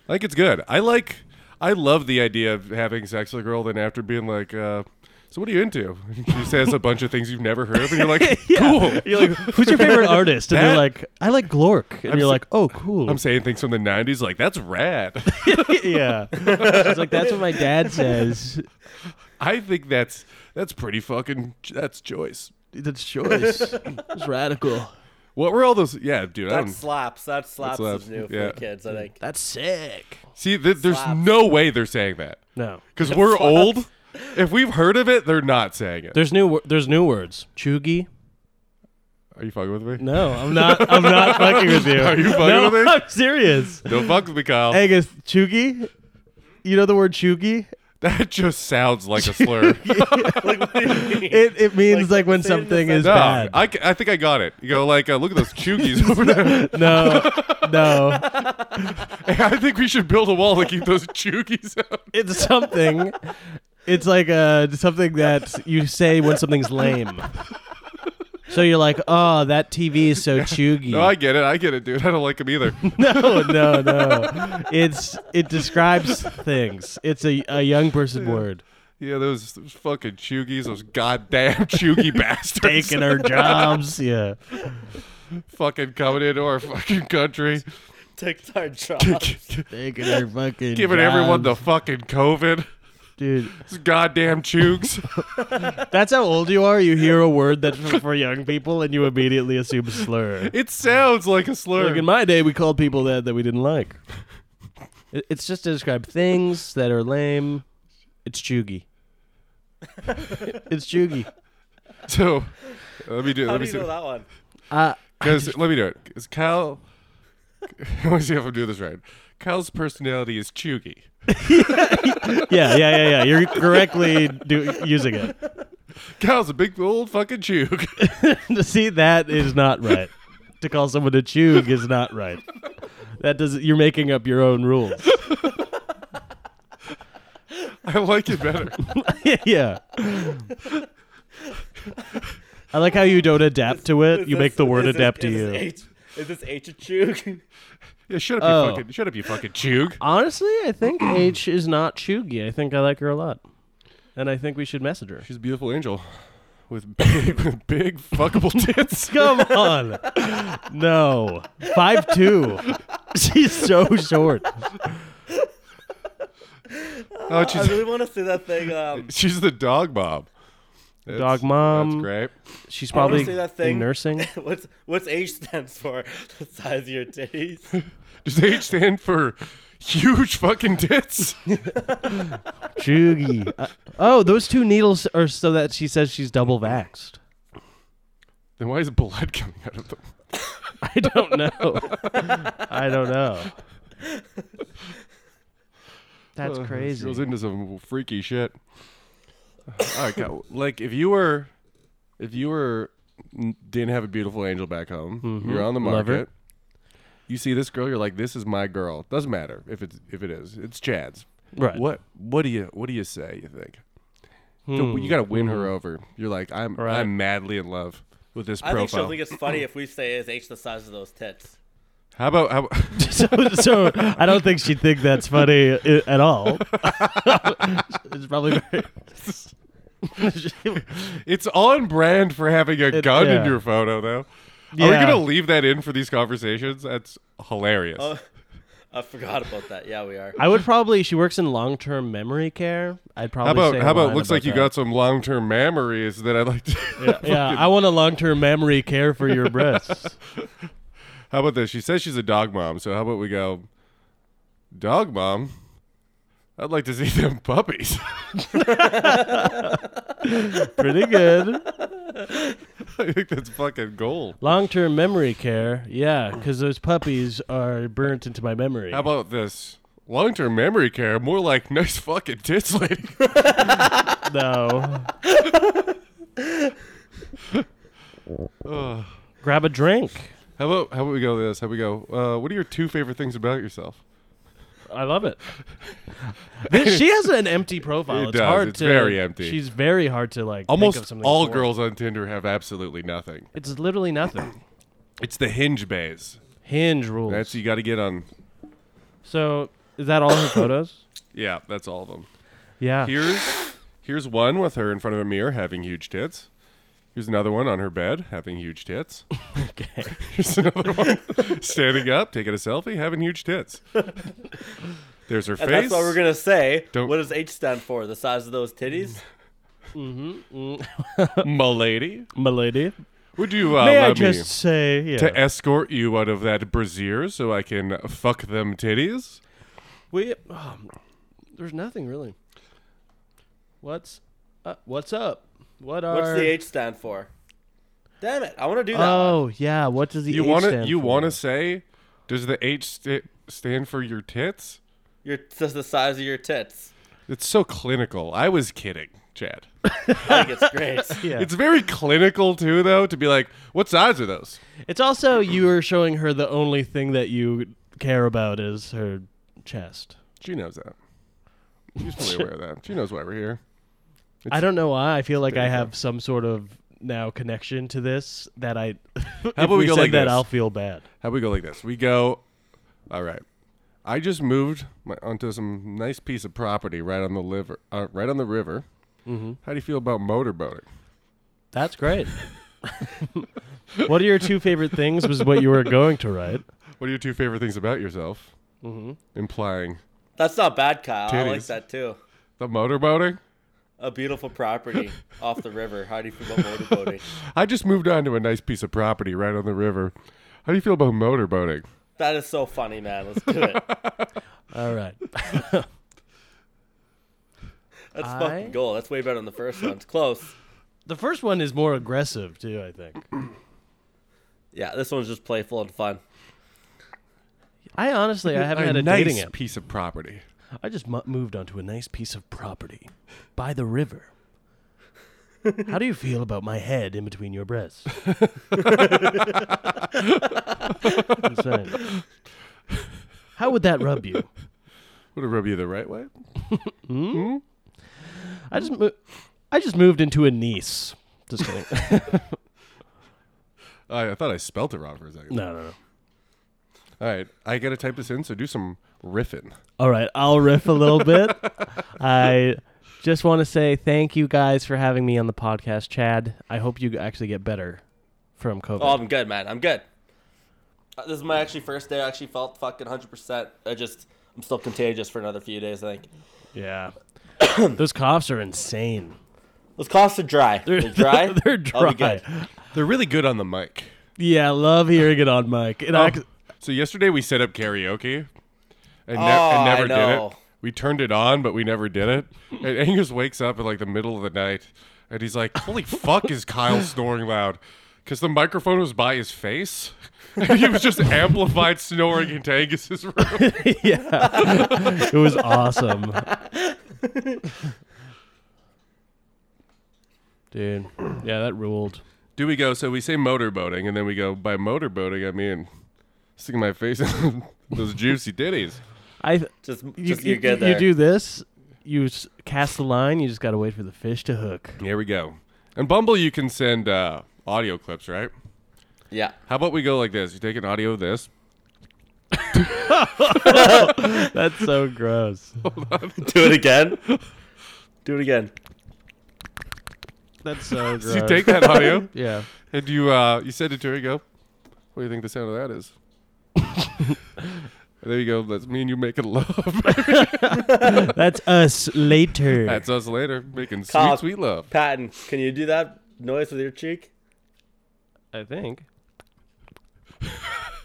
C: I think it's good. I like I love the idea of having sex with a girl, then after being like, uh, so what are you into? She says a bunch of things you've never heard of, and you're like, cool.
D: You're like, who's your favorite artist? And
C: That-
D: they're like, I like Glork. And
C: I'm
D: you're
C: so-
D: like, oh cool.
C: I'm saying things from the '90s, like that's rad.
D: yeah. It's like that's what my dad says.
C: I think that's that's pretty fucking that's choice.
D: That's choice. It's radical.
C: What were all those? Yeah, dude. I
B: That
C: don't
B: slaps. That slaps
C: slaps,
B: is new
C: yeah.
B: for the kids, I think.
D: That's sick.
C: see. Th- there's
B: slaps.
C: no way they're saying that
D: No,
C: because we're old. If we've heard of it, they're not saying it.
D: there's new. wor- There's new words. Chuggy.
C: Are you fucking with me?
D: No, I'm not. I'm not fucking with you.
C: Are you fucking
D: no,
C: with me?
D: I'm serious.
C: Don't fuck with me, Kyle.
D: Angus, chuggy. You know the word chuggy?
C: That just sounds like a slur.
D: It it means like,
B: Like,
D: when
B: say it in a
D: something is
C: no,
D: bad.
C: I, ca- I think I got it. You go like, uh, look at those chuggies over there.
D: No, no.
C: I think we should build a wall to keep those chuggies out.
D: It's something. It's like uh, something that you say when something's lame. So you're like, oh, that TV is so chuggy.
C: No, I get it. I get it, dude. I don't like them either.
D: no, no, no. It's it describes things. It's a, a young person word.
C: yeah, those, those fucking chuggies, those goddamn chuggy bastards.
D: Taking our jobs, yeah.
C: fucking coming into our fucking country,
B: Takes our jobs.
D: Taking our fucking
C: giving everyone the fucking COVID.
D: dude.
C: These goddamn chooks.
D: That's how old you are. You hear a word that's for, for young people, and you immediately assume slur.
C: It sounds like a slur.
D: Like in my day, we called people that that we didn't like. It- It's just to describe things that are lame. It's chuggy. it's chuggy.
C: so uh, let me do. it.
B: How
C: let
B: do
C: me
B: you
C: see.
B: know that one?
C: Because let me do it. Because Kyle, I want to see if I'm doing this right. Kyle's personality is chuggy.
D: Yeah, yeah, yeah, yeah. You're correctly do, using it.
C: Kyle's a big old fucking chug.
D: to see that is not right. to call someone a chug is not right. That does you're making up your own rules.
C: I like it better.
D: yeah. I like how you don't adapt to it.
B: Is
D: You make
B: this-
D: the word
B: is this-
D: adapt to
B: is this
D: you.
B: H- Is this H a chug?
C: Yeah, shut up,
D: Oh.
C: you fucking, shut up, you fucking chug.
D: Honestly, I think H is not chuggy. I think I like her a lot. And I think we should message her.
C: She's a beautiful angel with big, with big fuckable tits.
D: Come on. No. Five two. She's so short.
C: Oh,
B: I
C: she's,
B: really want to see that thing. Um,
C: she's the dog mom. That's-
D: Dog
C: That's
D: mom.
C: great.
D: She's probably
B: see that thing.
D: in nursing.
B: what's what's H stands for? The size of your titties.
C: Does H stand for huge fucking tits?
D: Chuggy. Uh, oh, those two needles are so that she says she's double vaxxed.
C: then why is blood coming out of them?
D: I don't know. I don't know. That's Oh,
C: Uh, this
D: crazy.
C: Goes into some freaky shit. All right, Kyle, like if you were, if you were, n- didn't have a beautiful angel back home,
D: Mm-hmm.
C: you're on the
D: Love her.
C: market. You see this girl, you're like, this is my girl. Doesn't matter if it's if it is, it's Chad's.
D: Right.
C: What what do you what do you say? You think So you got to win her over? You're like, I'm
D: Hmm. Right.
C: I'm madly in love with this
B: I think she'll
C: profile.
B: think it's funny if we say is H the size of those tits.
C: how about how? about-
D: so, so I don't think she'd think that's funny i- at all. it's probably very.
C: it's on brand for having a gun in
D: yeah.
C: your photo though. Are we
D: Yeah.
C: gonna leave that in for these conversations? That's hilarious.
B: I forgot about that. Yeah, we are.
D: I would probably. She works in long term memory care. I'd probably.
C: How about
D: say a
C: how about
D: line
C: looks like you
D: that.
C: got some long term memories that I'd like to
D: Yeah, I want a long term memory care for your breasts.
C: How about this? She says she's a dog mom, so how about we go Dog mom? I'd like to see them puppies.
D: Pretty good.
C: I think that's fucking gold.
D: Long term memory care. Yeah, because those puppies are burnt into my memory.
C: How about this? Long term memory care, more like nice fucking tits lady.
D: No. Grab a drink.
C: how about how about we go this? How we go? Uh, what are your two favorite things about yourself?
D: I love it. This- she has an empty profile.
C: It
D: it's
C: does.
D: hard
C: It's
D: to.
C: very empty.
D: She's very hard to like. think of
C: Almost
D: something
C: all
D: for.
C: girls on Tinder have absolutely nothing.
D: It's literally nothing.
C: It's the hinge bays.
D: Hinge rules.
C: That's e- you got to get on.
D: so is that all her photos?
C: Yeah, that's all of them.
D: Yeah.
C: Here's here's one with her in front of a mirror having huge tits. Here's another one on her bed having huge tits.
D: Okay.
C: Here's another one standing up, taking a selfie, having huge tits. There's her
B: And
C: face.
B: that's what we're gonna say.
C: Don't-
B: What does H stand for? The size of those titties.
C: milady.
D: Milady.
C: Would you uh,
D: May
C: allow
D: I just say yeah.
C: me to escort you out of that brassiere so I can fuck them titties?
D: we um, there's nothing really. What's uh, what's up? What are
B: What's the H stand for? Damn it! I want to do that. one.
D: Oh yeah, what does the
C: You
D: H
C: want to
D: stand
C: you
D: for?
C: want to say? Does the H st- stand for your tits?
B: Your just the size of your tits.
C: It's so clinical. I was kidding, Chad.
B: I think it's great.
D: Yeah.
C: It's very clinical too, though, to be like, "What size are those?"
D: It's also you are showing her the only thing that you care about is her chest.
C: She knows that. She's fully aware of that. She knows why we're here.
D: I don't know why. I feel like I have some sort of now connection to this that I. How
C: about we go
D: said
C: like
D: that?
C: this?
D: I'll feel bad.
C: How we go like this? We go. All right. I just moved my, onto some nice piece of property right on the
D: Mm-hmm.
C: liver, uh, right on the river. How do you feel about motorboating?
D: That's great. What are your two favorite things? Was what you were going to write.
C: What are your two favorite things about yourself? Mm-hmm. Implying
B: That's not bad, Kyle. I like
C: Titties.
B: that too.
C: the motorboating.
B: A beautiful property off the river. How do you feel about motorboating?
C: I just moved on to a nice piece of property right on the river. How do you feel about motorboating?
B: That is so funny, man. Let's do it.
D: All right.
B: That's
D: I-
B: fucking goal. That's way better than the first one. It's close.
D: The first one is more aggressive too. I think.
B: Yeah, this one's just playful and fun.
D: I honestly, I haven't had a
C: nice
D: dating app.
C: piece of property.
D: I just mu- moved onto a nice piece of property by the river. How do you feel about my head in between your breasts? Insane. How would that rub you?
C: Would it rub you the right way?
D: I just, mo- I just moved into a niece. Just kidding.
C: I, I thought I spelt it wrong for a second.
D: no, no, no.
C: All right, I gotta type this in. So do some riffing.
D: All right, I'll riff a little bit. I just want to say thank you guys for having me on the podcast, Chad. I hope you actually get better from COVID.
B: Oh, I'm good, man. I'm good. Uh, This is my actually first day. I actually felt fucking 100%. I just, I'm still contagious for another few days, I think.
D: yeah. Those coughs are insane.
B: Those coughs are dry. They're, dry?
D: They're
B: I'll
D: dry.
B: be good.
C: They're really good on the mic.
D: Yeah, I love hearing it on mic. And I,
C: Oh. So yesterday we set up karaoke, and, ne-
B: Oh,
C: and never
B: I
C: did it.
B: know.
C: We turned it on, but we never did it. And Angus wakes up in like the middle of the night, and he's like, "Holy fuck, is Kyle snoring loud?" Because the microphone was by his face, and he was just amplified snoring into Angus's room.
D: yeah, it was awesome, dude. Yeah, that ruled.
C: Do we go? So we say motorboating, and then we go by motorboating. I mean, sticking my face in those juicy ditties.
D: I
B: Just,
D: you,
B: just
D: you,
B: you, are good there.
D: you do this. You s- cast the line. You just gotta wait for the fish to hook.
C: Here we go. And Bumble, you can send uh, audio clips, right?
B: Yeah.
C: How about we go like this? You take an audio of this.
D: That's so gross.
B: Do it again. do it again.
D: That's so gross.
C: So you take that audio
D: yeah.
C: and you uh, you send it to her. You go, what do you think the sound of that is? And there you go. That's me and you making love.
D: That's us later.
C: That's us later making sweet,
B: Kyle.
C: sweet love.
B: Patton, can you do that noise with your cheek?
D: I think.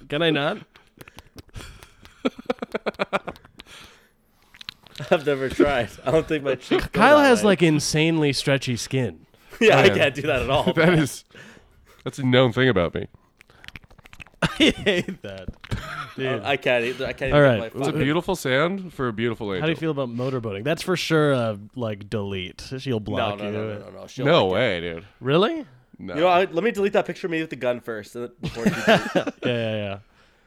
D: Can I not?
B: I've never tried. I don't think my cheeks. go
D: Kyle
B: that
D: has
B: way.
D: like Oh, insanely stretchy skin.
B: Yeah, I
C: Yeah.
B: can't do that at all.
C: That is, that's a known thing about me.
D: I hate that. Dude.
B: I can't. Either. I can't.
D: All
B: even get
D: right.
B: my
C: It's a
B: fucking-
C: beautiful sound for a beautiful angel.
D: How do you feel about motorboating? That's for sure a like delete. She'll
B: No,
D: block
B: no,
D: you.
B: no, no, no, no. She'll
C: No
B: like it.
C: way, dude.
D: Really?
C: No.
B: You know, I, let me delete that picture of me with the gun first. uh, Before she
D: Yeah, yeah, yeah.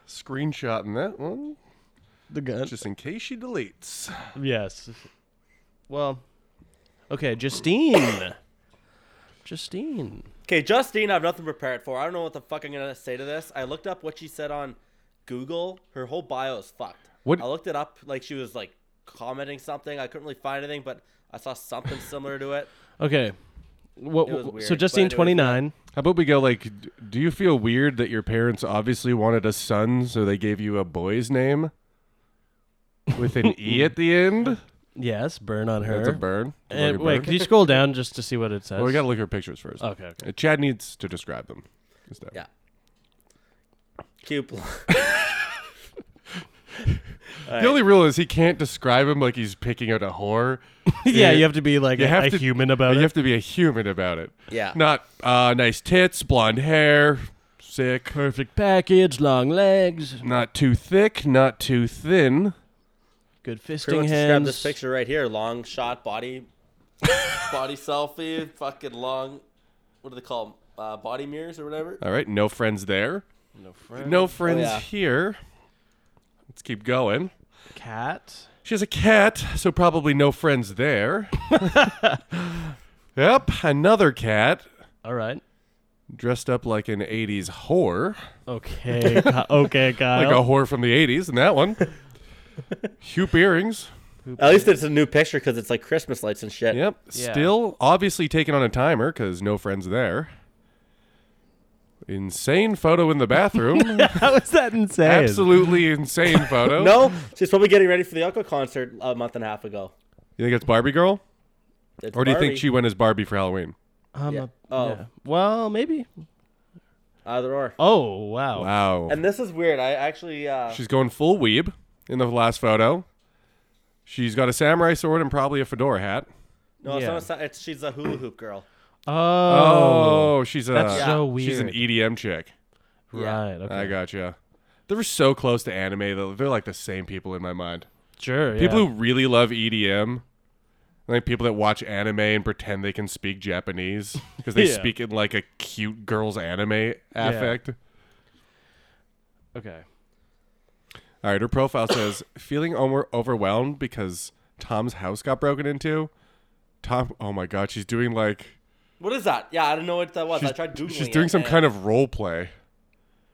C: Screenshotting that one
D: The gun.
C: just in case she deletes.
D: yes. Well, okay, Justine. Justine.
B: Okay, Justine, I have nothing prepared for. I don't know what the fuck I'm gonna say to this. I looked up what she said on Google. Her whole bio is fucked.
C: What-
B: I looked it up, like she was like commenting something. I couldn't really find anything, but I saw something similar to it.
D: Okay. What,
B: It was
D: what-
B: weird,
D: so
B: but
D: Justine
B: it was
D: twenty nine.
C: How about we go like, d- do you feel weird that your parents obviously wanted a son, so they gave you a boy's name with an E at the end?
D: Yes, burn on her.
C: That's a burn.
D: Uh,
C: Fucking
D: wait,
C: burn.
D: could you scroll down just to see what it says?
C: Well, we got to look at her pictures first.
D: okay, okay.
C: Uh, Chad needs to describe them. instead.
B: Yeah. Cute. bl-
C: The only rule is he can't describe him like he's picking out a whore.
D: yeah, you have to be like
C: You
D: a,
C: have
D: a
C: to-
D: human about
C: You
D: it.
C: have to be a human about it.
B: Yeah.
C: Not uh, nice tits, blonde hair, sick.
D: Perfect package, long legs,
C: Not too thick, not too thin.
D: good
B: Pretty
D: fisting
B: much describe
D: hands.
B: this picture right here. Long shot body, body selfie. Fucking long. What do they call 'em? Uh, body mirrors or whatever?
C: All right, no friends there.
D: No friend.
C: No friends
B: yeah.
C: here. Let's keep going.
D: Cat.
C: She has a cat, so probably no friends there. yep, another cat
D: All right.
C: dressed up like an 80s whore.
D: Okay. Ki- okay,
C: Like
D: Kyle.
C: a whore from the 80s, and that one. Hoop earrings.
B: At least it's a new picture because it's like Christmas lights and shit.
C: Yep.
D: Yeah.
C: Still obviously taking on a timer because no friends there. Insane photo in the bathroom.
D: How is that insane?
C: Absolutely insane photo.
B: No, she's probably getting ready for the Yoko concert a month and a half ago.
C: You think it's Barbie girl?
B: It's
C: Or do you think
B: Barbie.
C: she went as Barbie for Halloween?
D: Um,
B: Yeah.
D: uh,
B: Oh.
D: yeah. Well, maybe.
B: Either or.
D: Oh, wow.
C: Wow.
B: And this is weird. I actually. Uh,
C: She's going full weeb in the last photo. She's got a samurai sword and probably a fedora hat.
B: no,
D: Yeah.
B: it's not. It's, she's a hula hoop girl.
D: Oh,
C: Oh, she's a
D: that's so
C: She's an
D: weird.
C: EDM chick.
D: right. Okay.
C: I gotcha. They were so close to anime though. They're like the same people in my mind.
D: sure. yeah.
C: People who really love EDM, like people that watch anime and pretend they can speak Japanese because they
D: Yeah.
C: speak in like a cute girl's anime affect.
D: okay.
C: All right, her profile says feeling over- overwhelmed because Tom's house got broken into. Tom, oh my god, she's doing like
B: What is that? Yeah, I don't know what that was.
C: she's,
B: I tried googling.
C: she's doing some kind of role play.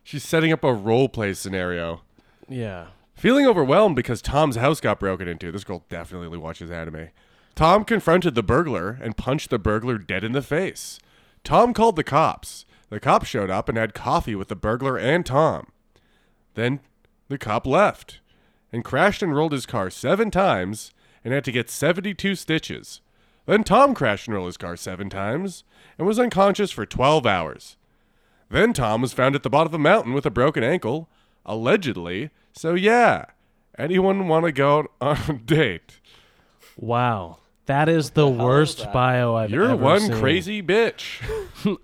C: She's setting up a role play scenario.
D: Yeah.
C: Feeling overwhelmed because Tom's house got broken into. This girl definitely watches anime. Tom confronted the burglar and punched the burglar dead in the face. Tom called the cops. The cops showed up and had coffee with the burglar and Tom. Then the cop left and crashed and rolled his car seven times and had to get 72 stitches. Then Tom crashed and rolled his car seven times and was unconscious for 12 hours. Then Tom was found at the bottom of a mountain with a broken ankle, allegedly. So yeah, anyone want to go out on a date?
D: Wow. That is the, worst bio I've
C: You're
D: ever
C: one
D: seen.
C: crazy bitch.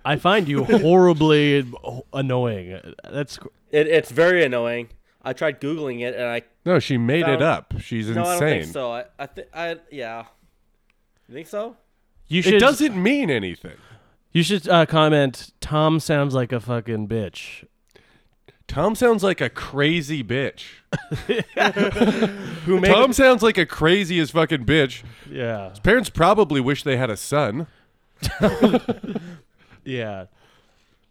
D: I find you horribly annoying. That's cr-
B: It, it's very annoying. I tried googling it, and I
C: No, she made it
B: No.
C: up. She's
B: no, I
C: insane.
B: don't think so. I, I think I yeah. You think so?
D: you should.
C: It doesn't mean anything.
D: You should uh, comment. Tom sounds like a fucking bitch.
C: Tom sounds like a crazy bitch. Who Tom sounds like a crazy as fucking bitch.
D: Yeah.
C: Parents probably wish they had a son.
D: Yeah.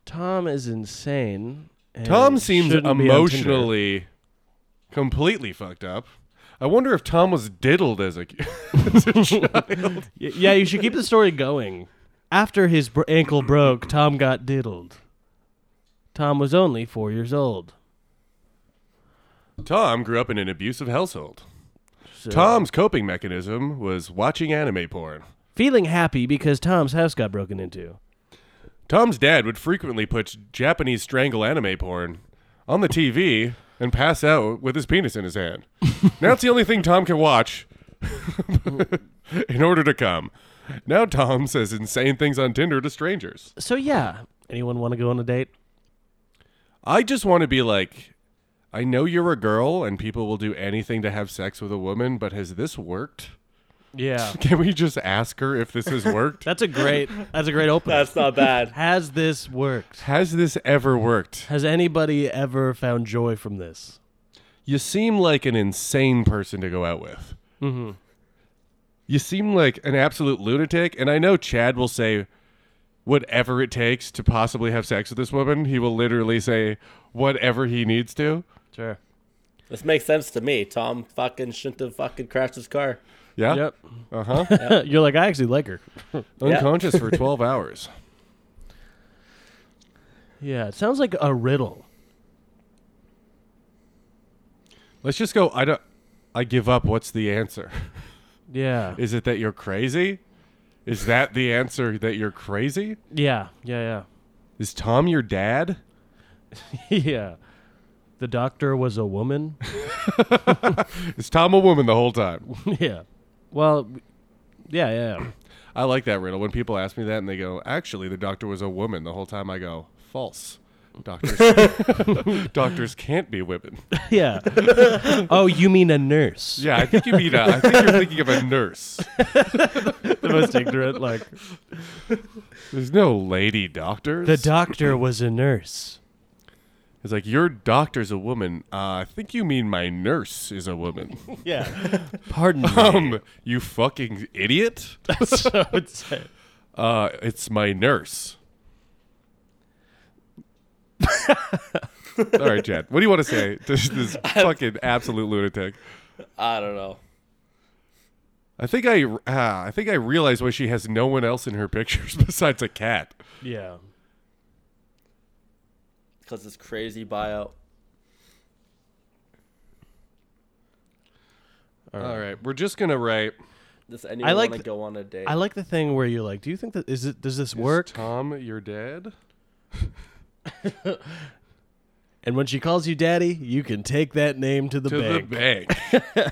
D: Tom is insane. and
C: Tom seems
D: shouldn't be on Tinder.
C: emotionally completely fucked up. I wonder if Tom was diddled as a, as a child.
D: Y- yeah, you should keep the story going. After his br- ankle broke, Tom got diddled. Tom was only four years old.
C: Tom grew up in an abusive household.
D: So-
C: Tom's coping mechanism was watching anime porn.
D: feeling happy because Tom's house got broken into.
C: Tom's dad would frequently put Japanese strangle anime porn on the TV and pass out with his penis in his hand. now it's the only thing Tom can watch in order to come. Now Tom says insane things on Tinder to strangers.
D: So yeah, anyone want to go on a date?
C: I just want to be like, I know you're a girl and people will do anything to have sex with a woman, but has this worked?
D: Yeah,
C: Can we just ask her if this has worked?
D: that's a great that's a great opener.
B: That's not bad.
D: Has this worked?
C: has this ever worked?
D: Has anybody ever found joy from this?
C: You seem like an insane person to go out with. Mm-hmm. You seem like an absolute lunatic. And I know Chad will say whatever it takes to possibly have sex with this woman. He will literally say whatever he needs to.
D: Sure.
B: This makes sense to me. Tom fucking shouldn't have fucking crashed his car.
C: Yeah.
D: Yep. Uh-huh.
C: Uh huh.
D: You're like I actually like her.
C: Unconscious for 12 hours.
D: Yeah, it sounds like a riddle.
C: Let's just go. I don't. I give up. What's the answer?
D: Yeah.
C: Is it that you're crazy? Is that the answer that you're crazy?
D: Yeah. Yeah.
C: Is Tom your dad?
D: Yeah. yeah. The doctor was a woman.
C: Is Tom a woman the whole time?
D: yeah. Well. Yeah. Yeah. yeah.
C: I like that riddle. When people ask me that and they go, "Actually, the doctor was a woman," the whole time I go, "False." Doctors, doctors can't be women.
D: Yeah. oh, you mean a nurse?
C: Yeah, I think you mean. A, I think you're thinking of a nurse.
D: The most ignorant, like
C: There's no lady doctors.
D: the doctor was a nurse.
C: It's like your doctor's a woman. Uh, I think you mean my nurse is a woman.
D: Yeah. Pardon me.
C: Um, you fucking idiot.
D: So it's-
C: Uh, it's my nurse. All right, Chad. What do you want to say to this fucking absolute lunatic?
B: I don't know.
C: I think I, uh, I think I realize why she has no one else in her pictures besides a cat.
D: yeah.
B: because this crazy buyout.
C: All right, we're just gonna write.
B: Does anyone want to
D: like-
B: go on a date?
D: I like the thing where you're like, do you think that is it? Does this work?
C: Is Tom, your dad.
D: And when she calls you daddy, you can take that name to the
C: to
D: bank.
C: the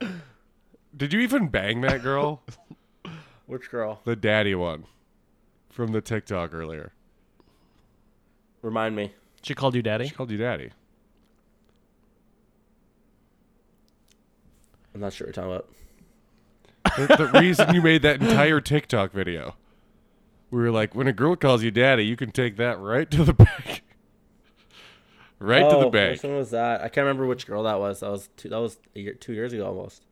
C: bank. Did you even bang that girl?
B: Which girl?
C: the daddy one from the TikTok earlier.
B: Remind me.
D: She called you daddy.
C: She called you daddy.
B: I'm not sure what you're talking about.
C: The, the reason you made that entire TikTok video. We were like, when a girl calls you daddy, you can take that right to the bank. Right to the
B: Oh,
C: bank.
B: Which one was that? I can't remember which girl that was. That was two, that was a year, two years ago almost.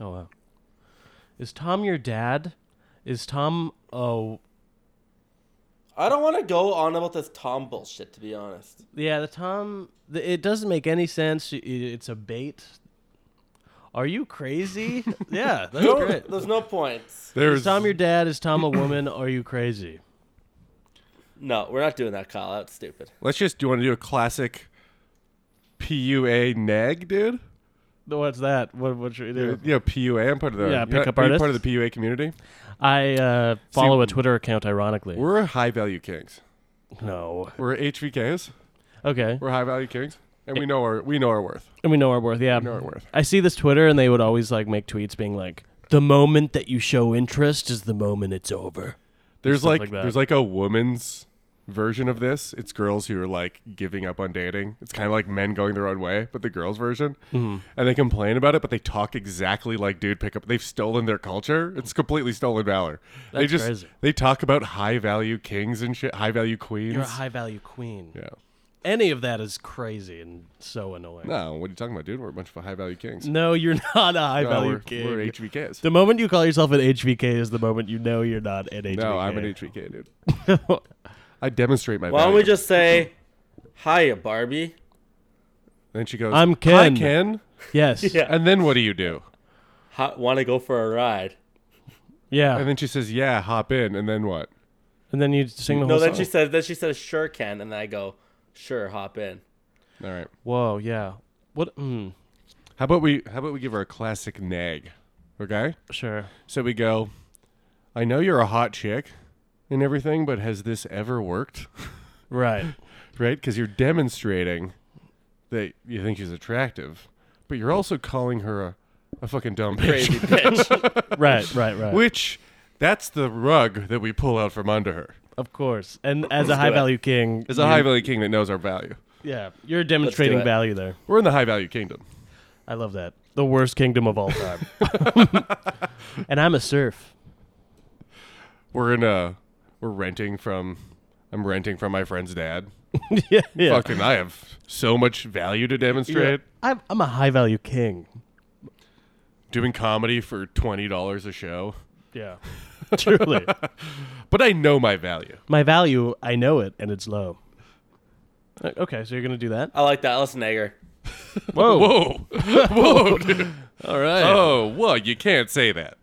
D: Oh wow. Is Tom your dad? Is Tom? Oh
B: I don't want to go on about this Tom bullshit. To be honest,
D: yeah, the Tom. The, it doesn't make any sense. I- It's a bait. Are you crazy? yeah, that's great.
B: there's no points.
D: Is
C: There's
D: Tom your dad? Is Tom a woman? Are you crazy?
B: No, we're not doing that, Kyle. That's stupid.
C: Let's just do you want to do a classic PUA nag, dude?
D: What's that? What what should we do?
C: Yeah, PUA. I'm part of the
D: Yeah,
C: you're
D: pick
C: not-
D: up
C: are you part of
D: artists.
C: the PUA community.
D: I uh, follow a Twitter account, ironically.
C: We're high value kings.
D: No.
C: We're HVKs.
D: Okay.
C: We're high value kings, and we know our we know our worth.
D: And we know our worth. Yeah.
C: know our worth.
D: I see this Twitter, and they would always like make tweets being like, "The moment that you show interest is the moment it's over."
C: There's
D: Stuff
C: like,
D: like that.
C: there's like a woman's version of this. It's girls who are like giving up on dating. It's kind of like men going their own way, but the girls version.
D: Mm-hmm.
C: And they complain about it, but they talk exactly like dude pick up. They've stolen their culture. It's completely stolen valor. they
D: That's
C: just
D: crazy.
C: they talk about high value kings and shit, high value queens.
D: You're a high value queen.
C: yeah.
D: Any of that is crazy and so annoying.
C: No, what are you talking about, dude? We're a bunch of high value kings.
D: No, you're not a high
C: No,
D: value
C: we're,
D: king.
C: we're HVKs.
D: the moment you call yourself an HVK is the moment you know you're not an HVK.
C: no, I'm an HVK, dude. I demonstrate my
B: Why don't
C: value.
B: we just say, "Hiya, Barbie"?
C: then she goes,
D: I'm
C: Hi,
D: Ken."
C: Ken.
D: yes.
B: Yeah.
C: And then what do you do?
B: Want to go for a ride?
D: Yeah.
C: And then she says, "Yeah, hop in." And then what?
D: And then you sing the whole
B: No,
D: song.
B: then she says, then she says, "Sure, can," and then I go, "Sure, hop in."
C: All right.
D: Whoa, yeah. What? Mm,
C: How about we? How about we give her a classic nag? Okay.
D: sure.
C: So we go. I know you're a hot chick and everything, but has this ever worked?
D: Right.
C: right? Because you're demonstrating that you think she's attractive, but you're also calling her a, a fucking dumb bitch.
B: Crazy bitch.
D: Right, right, right.
C: Which, that's the rug that we pull out from under her.
D: of course. And as a
B: do
D: high
B: it.
D: value king,
C: As a high value king that knows our value,
D: yeah, you're demonstrating
B: it.
D: value there.
C: we're in the high value kingdom.
D: I love that. The worst kingdom of all time. and I'm a serf.
C: We're in a. We're renting from. I'm renting from my friend's dad.
D: yeah, yeah.
C: Fucking, I have so much value to demonstrate.
D: I'm, I'm a high value king.
C: Doing comedy for twenty dollars a show,
D: Yeah. Truly.
C: but I know my value.
D: My value, I know it, and it's low. Uh, Okay, so you're going to do that?
B: I like that. Let's nag her.
D: Whoa.
C: Whoa, whoa, dude.
D: Oh. All right.
C: oh, whoa! You can't say that.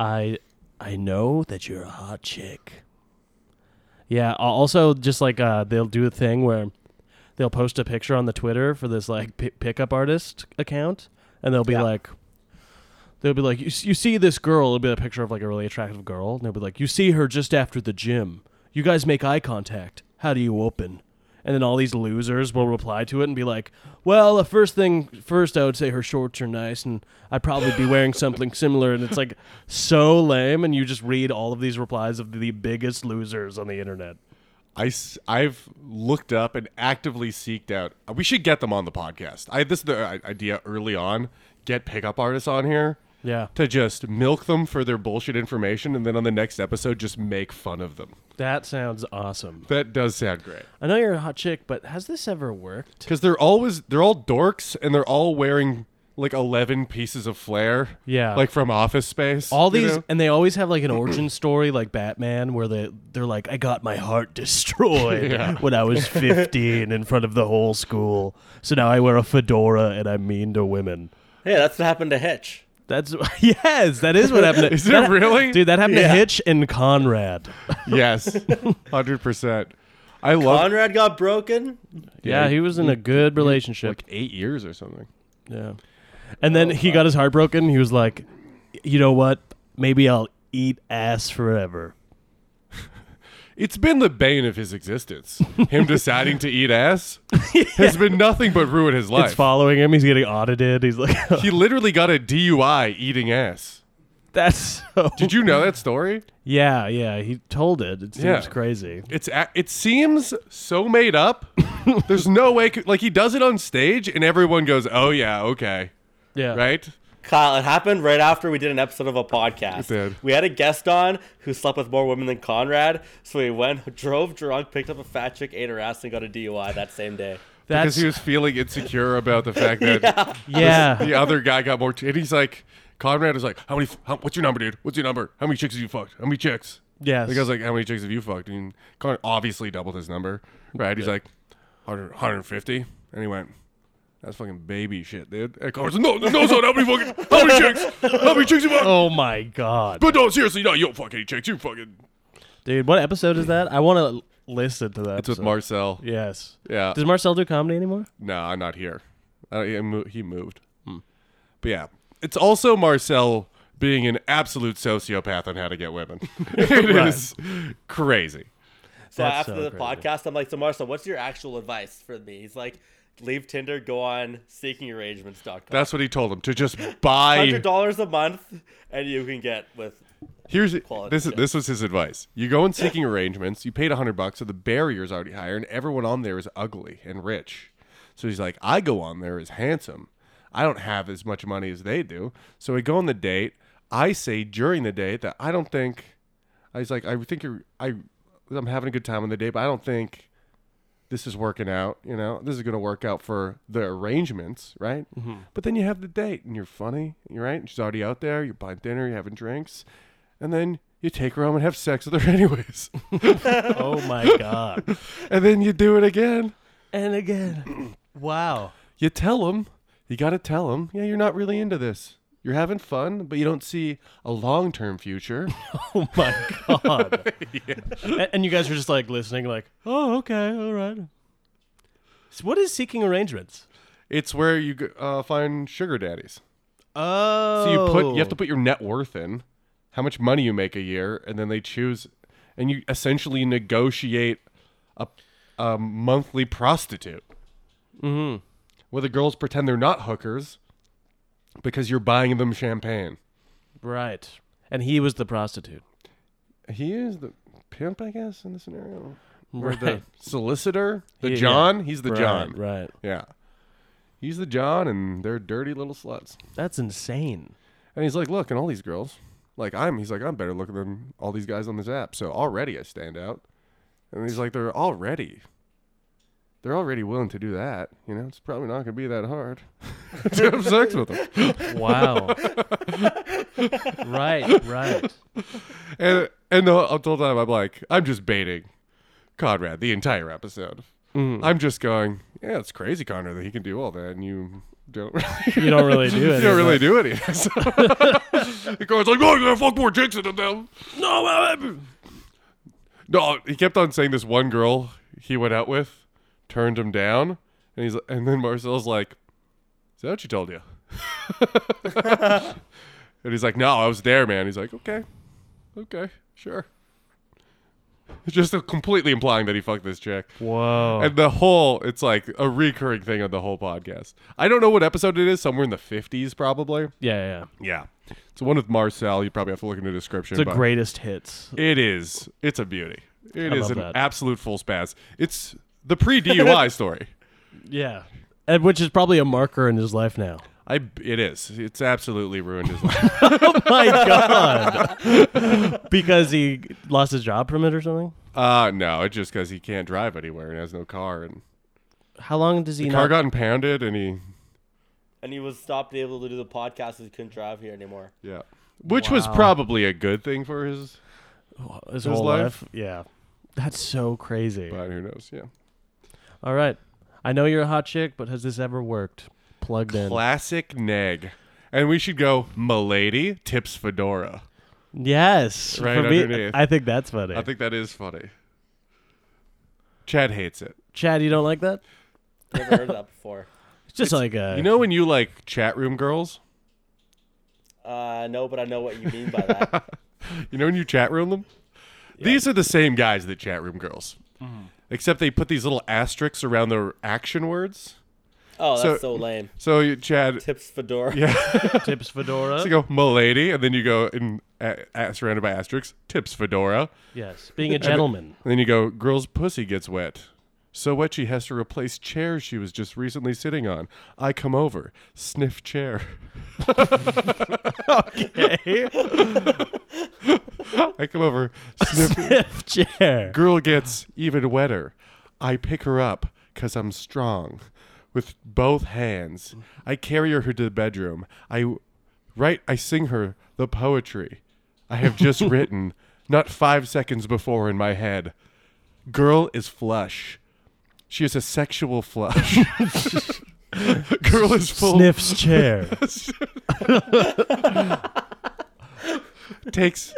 D: I I know that you're a hot chick. Yeah. al- Also, just like uh, they'll do a thing where they'll post a picture on the Twitter for this like pi pickup artist account, and they'll be like, they'll be like, you, s- you see this girl? It'll be a picture of like a really attractive girl, and they'll be like, you see her just after the gym. You guys make eye contact. How do you open? And then all these losers will reply to it and be like, "Well, the first thing first, I would say her shorts are nice, and I'd probably be wearing something similar." And it's like so lame, and you just read all of these replies of the biggest losers on the internet.
C: I have looked up and actively seeked out. uh, We should get them on the podcast. I had this the i- idea early on. Get pickup artists on here.
D: Yeah.
C: To just milk them for their bullshit information, and then on the next episode, just make fun of them.
D: That sounds awesome.
C: That does sound great.
D: I know you're a hot chick, but has this ever worked?
C: because they're always they're all dorks and they're all wearing like 11 pieces of flair
D: Yeah.
C: like from office space
D: All
C: you
D: these,
C: know?
D: and they always have like an origin story, like Batman, where they they're like, "I got my heart destroyed when I was 15 in front of the whole school, so now I wear a fedora and I'm mean to women."
B: Yeah, that's what happened to Hitch.
D: That's yes, that is what happened. To,
C: Is it
D: that-
C: really?
D: dude? That happened
B: Yeah.
D: to Hitch and Conrad.
C: Yes, hundred percent. I love
B: Conrad got broken.
D: Yeah, he was in a good relationship.
C: like eight years or something.
D: Yeah, and then he got his heart broken. He was like, you know what? Maybe I'll eat ass forever.
C: It's been the bane of his existence. Him deciding to eat ass has been nothing but ruin his life.
D: It's following him. He's getting audited. He's like,
C: He literally got a DUI eating ass.
D: that's so.
C: Did you know that story?
D: Yeah, yeah. He told it. It seems
C: Yeah.
D: crazy.
C: It's a- it seems so made up. There's no way c- like he does it on stage and everyone goes, "Oh yeah, okay."
D: Yeah.
C: Right?
B: Kyle, it happened right after we did an episode of a podcast.
C: It did.
B: We had a guest on who slept with more women than Conrad, so he went, drove drunk, picked up a fat chick, ate her ass, and got a DUI that same day.
C: Because
D: That's
C: he was feeling insecure about the fact that
D: yeah.
C: the other guy got more. T- and he's like, Conrad is like, "How many? f- How, what's your number, dude? What's your number? How many chicks have you fucked? How many chicks?"
D: Yes.
C: The guy's like, "How many chicks have you fucked?" And Conrad obviously doubled his number, right? He's like, 100, 150. and he went. That's fucking baby shit, dude. And Conrad's like, no, no, no, son, how many fucking, how many chicks, how many chicks you fucked?
D: oh my god,
C: But no, seriously, no, you don't fuck any chicks. You fucking.
D: dude. What episode is that? I want to listen to that.
C: It's with
D: episode.
C: Marcel.
D: Yes.
C: Yeah.
D: Does Marcel do comedy anymore?
C: No, I'm not here. I don't- he mo- he moved. Hmm. But yeah, it's also Marcel being an absolute sociopath on how to get women. It is
D: Right.
C: crazy.
B: So
D: That's
B: after
D: so
B: the
D: crazy.
B: podcast, I'm like, so Marcel, what's your actual advice for me? He's like, leave Tinder, go on seekingarrangements.com.
C: That's what he told him to just buy.
B: hundred dollars a month, and you can get with.
C: Here's
B: Quality
C: this.
B: shit.
C: This was his advice. You go in seeking arrangements. You paid hundred bucks, so the barrier's already higher, and everyone on there is ugly and rich. So he's like, I go on there as handsome. I don't have as much money as they do. So we go on the date. I say during the date that I don't think. I was like, I think you're. I, I'm having a good time on the date, but I don't think this is working out. You know, this is going to work out for the arrangements, right? But then you have the date, and you're funny, you're right. She's already out there. You're buying dinner. You're having drinks, and then you take her home and have sex with her anyways,
D: Oh my god.
C: and then you do it again.
D: and again. Wow.
C: You tell him. You got to tell him. Yeah, you're not really into this. You're having fun, but you don't see a long-term future.
D: Oh my god. and, and you guys were just like listening, like, oh okay, all right. So what is seeking arrangements?
C: it's where you go- uh, find sugar daddies.
D: Oh.
C: So you put you have to put your net worth in, how much money you make a year, and then they choose, and you essentially negotiate a, a monthly prostitute. Mm-hmm. Where the girls pretend they're not hookers because you're buying them champagne.
D: Oh, right. And he was the prostitute.
C: He is the pimp, I guess, in the scenario. Or
D: Right.
C: the solicitor, the
D: Yeah, yeah.
C: John. He's the
D: right,
C: John.
D: Right.
C: Yeah. He's the John, and they're dirty little sluts.
D: That's insane.
C: And he's like, look, and all these girls, like I'm, he's like, I'm better looking than all these guys on this app. So already I stand out. And he's like, they're already, they're already willing to do that. You know, it's probably not going to be that hard to have sex with them.
D: Wow. right, right.
C: And and the whole time I'm like, I'm just baiting Conrad the entire episode. I'm just going, yeah, it's crazy, Conrad, that he can do all that, and you don't really,
D: You don't really do it.
C: you don't really do any. of this." the Conrad's like, oh, yeah, fuck more chicks than them. No, I- no. He kept on saying this one girl he went out with turned him down, and he's and then Marcel's like, is that what she told you? and he's like, no, I was there, man. He's like, okay okay, sure. Just completely implying that he fucked this chick.
D: Whoa.
C: And the whole, it's like a recurring thing on the whole podcast. I don't know what episode it is, somewhere in the 50s probably.
D: yeah, yeah, yeah.
C: Yeah. It's the one with Marcel. You probably have to look in the description.
D: The
C: but
D: greatest hits.
C: It is. It's a beauty. It
D: I
C: is
D: love
C: an
D: that.
C: absolute full spaz. It's the pre DUI story.
D: Yeah. And which is probably a marker in his life now.
C: I, it is. It's absolutely ruined his life.
D: My God. because he lost his job from it or something?
C: Uh, no, it's just because he can't drive anywhere and has no car. And
D: How long does he
C: car
D: not?
C: got impounded and he
B: And he was stopped being able to do the podcast because he couldn't drive here anymore.
C: Yeah. Which was probably a good thing for his,
D: his,
C: his
D: whole
C: life?
D: life? Yeah. That's so crazy.
C: but who knows? Yeah.
D: All right. I know you're a hot chick, but has this ever worked? Plugged in.
C: Classic neg. and we should go, "Milady tips fedora."
D: Yes.
C: Right
D: for me,
C: underneath.
D: I think that's funny.
C: I think that is funny. Chad hates it.
D: Chad, you don't like that?
B: Never heard that before.
D: It's just like a
C: You know when you like chat room girls?
B: Uh, no, but I know what you mean by that.
C: You know when you chat room them? These are the same guys that chat room girls. Except they put these little asterisks around their action words.
B: Oh,
C: So-
B: that's so lame.
C: So you, Chad,
B: Tips fedora.
D: tips fedora.
C: so you go milady, and then you go in a, a, surrounded by asterisks, tips fedora,
D: yes, being a gentleman.
C: and then you go girl's pussy gets wet, so wet she has to replace chairs she was just recently sitting on. I come over, sniff chair. I come over, sniff
D: Tiff chair.
C: Girl gets even wetter. I pick her up because I'm strong with both hands. I carry her to the bedroom. I write, I sing her the poetry I have just written not five seconds before in my head. Girl is flush. She is a sexual flush. Girl is full.
D: Sniffs chair.
C: takes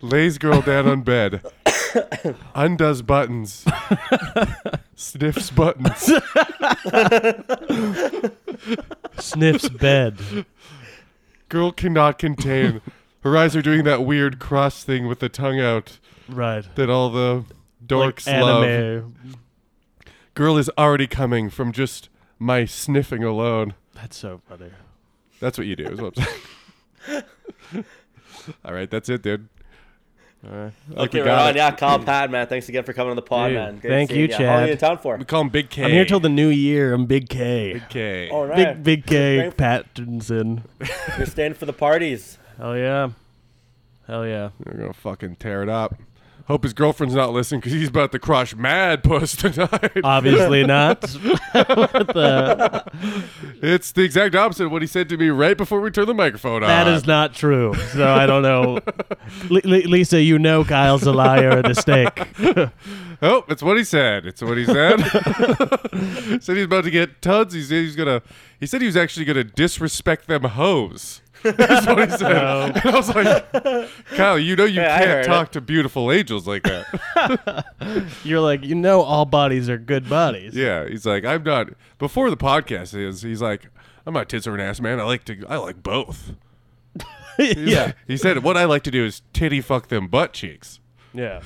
C: lays girl down on bed, undoes buttons, sniffs buttons,
D: Sniffs bed.
C: Girl cannot contain. Her eyes are doing that weird cross thing with the tongue out
D: Right.
C: that all the dorks love.
D: anime.
C: Girl is already coming from just my sniffing alone.
D: That's so funny.
C: That's what you do, is what I'm saying. all right, that's it, dude. All right. Like,
B: Okay,
C: we
B: right
C: got
B: on.
C: it.
B: Yeah, Kyle Pad, man. Thanks again for coming on the pod, man. Great
D: thank
B: seeing
D: you,
B: How long
D: Chad.
B: are you in town for?
C: We call him Big K.
D: I'm here till the new year. I'm Big K.
C: Big K.
B: All
D: Big
B: right.
D: Big K
B: Thanks.
D: Pattinson.
B: You're staying for the parties.
D: Hell yeah. Hell yeah.
C: We're gonna fucking tear it up. Hope his girlfriend's not listening because he's about to crush mad puss tonight.
D: Obviously not. What the-
C: it's the exact opposite of what he said to me right before we turned the microphone on.
D: that is not true. So I don't know. Li- Li- Lisa, you know Kyle's a liar and a snake.
C: Oh, that's what he said. It's what he said. said he's about to get tuds. He said he's gonna. He said he was actually gonna disrespect them hoes. That's what he said. And I was like, Kyle, you know you
B: Yeah, I
C: can't
B: heard
C: talk to beautiful angels like that.
D: You're like, you know, all bodies are good bodies.
C: yeah, he's like, I'm not. Before the podcast is, he's like, I'm not tits or an ass man. I like to. I like both.
D: yeah.
C: He said, "What I like to do is titty fuck them butt cheeks."
D: Yeah.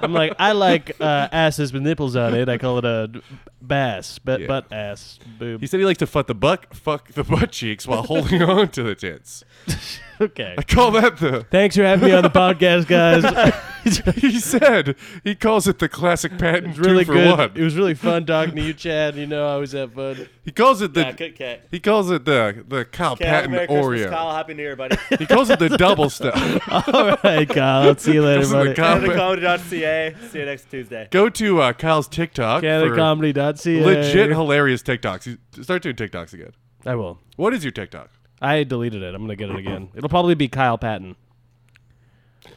D: I'm like, I like uh, asses with nipples on it. I call it a d- bass, but
C: Yeah.
D: butt ass boob.
C: He said he liked to fuck the buck, fuck the butt cheeks while holding on to the tits.
D: okay.
C: I call that the.
D: Thanks for having me on the podcast, guys.
C: He said he calls it the classic patent
D: really
C: two for
D: good.
C: one.
D: It was really fun talking to you, Chad. You know, I always have fun.
C: he calls it the.
B: Yeah, good Kit.
C: he calls it the the Kyle
B: Okay, have a
C: Patton
B: Merry
C: Oreo.
B: Christmas, Kyle. Happy New Year, buddy.
C: He calls it the double stuff.
D: All right, Kyle. I'll see you later,
C: This is the
D: buddy.
C: com-
B: CanadaComedy.ca. See you next Tuesday.
C: Go to uh, Kyle's TikTok. for
D: CanadaComedy.ca.
C: Legit hilarious TikToks. You- Start doing TikToks again.
D: I will.
C: What is your TikTok?
D: I deleted it. I'm gonna get it again. It'll probably be Kyle Patton.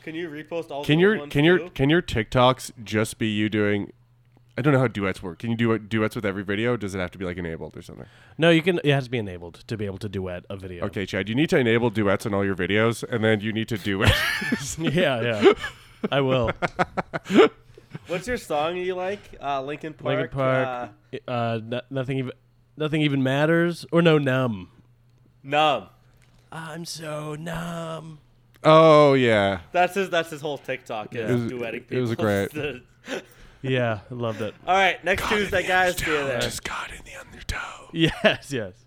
B: Can you repost all
C: Can
B: the
C: your
B: ones
C: can your
B: too?
C: can your TikToks just be you doing? I don't know how duets work. Can you do duets with every video? Or does it have to be like enabled or something?
D: No, you can. It has to be enabled to be able to duet a video.
C: Okay, Chad, you need to enable duets on all your videos, and then you need to duet.
D: Yeah, yeah. I will.
B: What's your song you like? Uh, Lincoln Park.
D: Linkin Park. Uh, no- nothing even. Nothing even matters. Or no, numb.
B: Uh, numb.
D: I'm so numb.
C: oh yeah,
B: That's his. That's his whole TikTok. Is
C: It was-
B: duetting
C: it was
B: people.
D: Yeah, I loved it.
B: all right, next Tuesday, guys. See you there.
C: got in the undertow.
D: Yes, yes.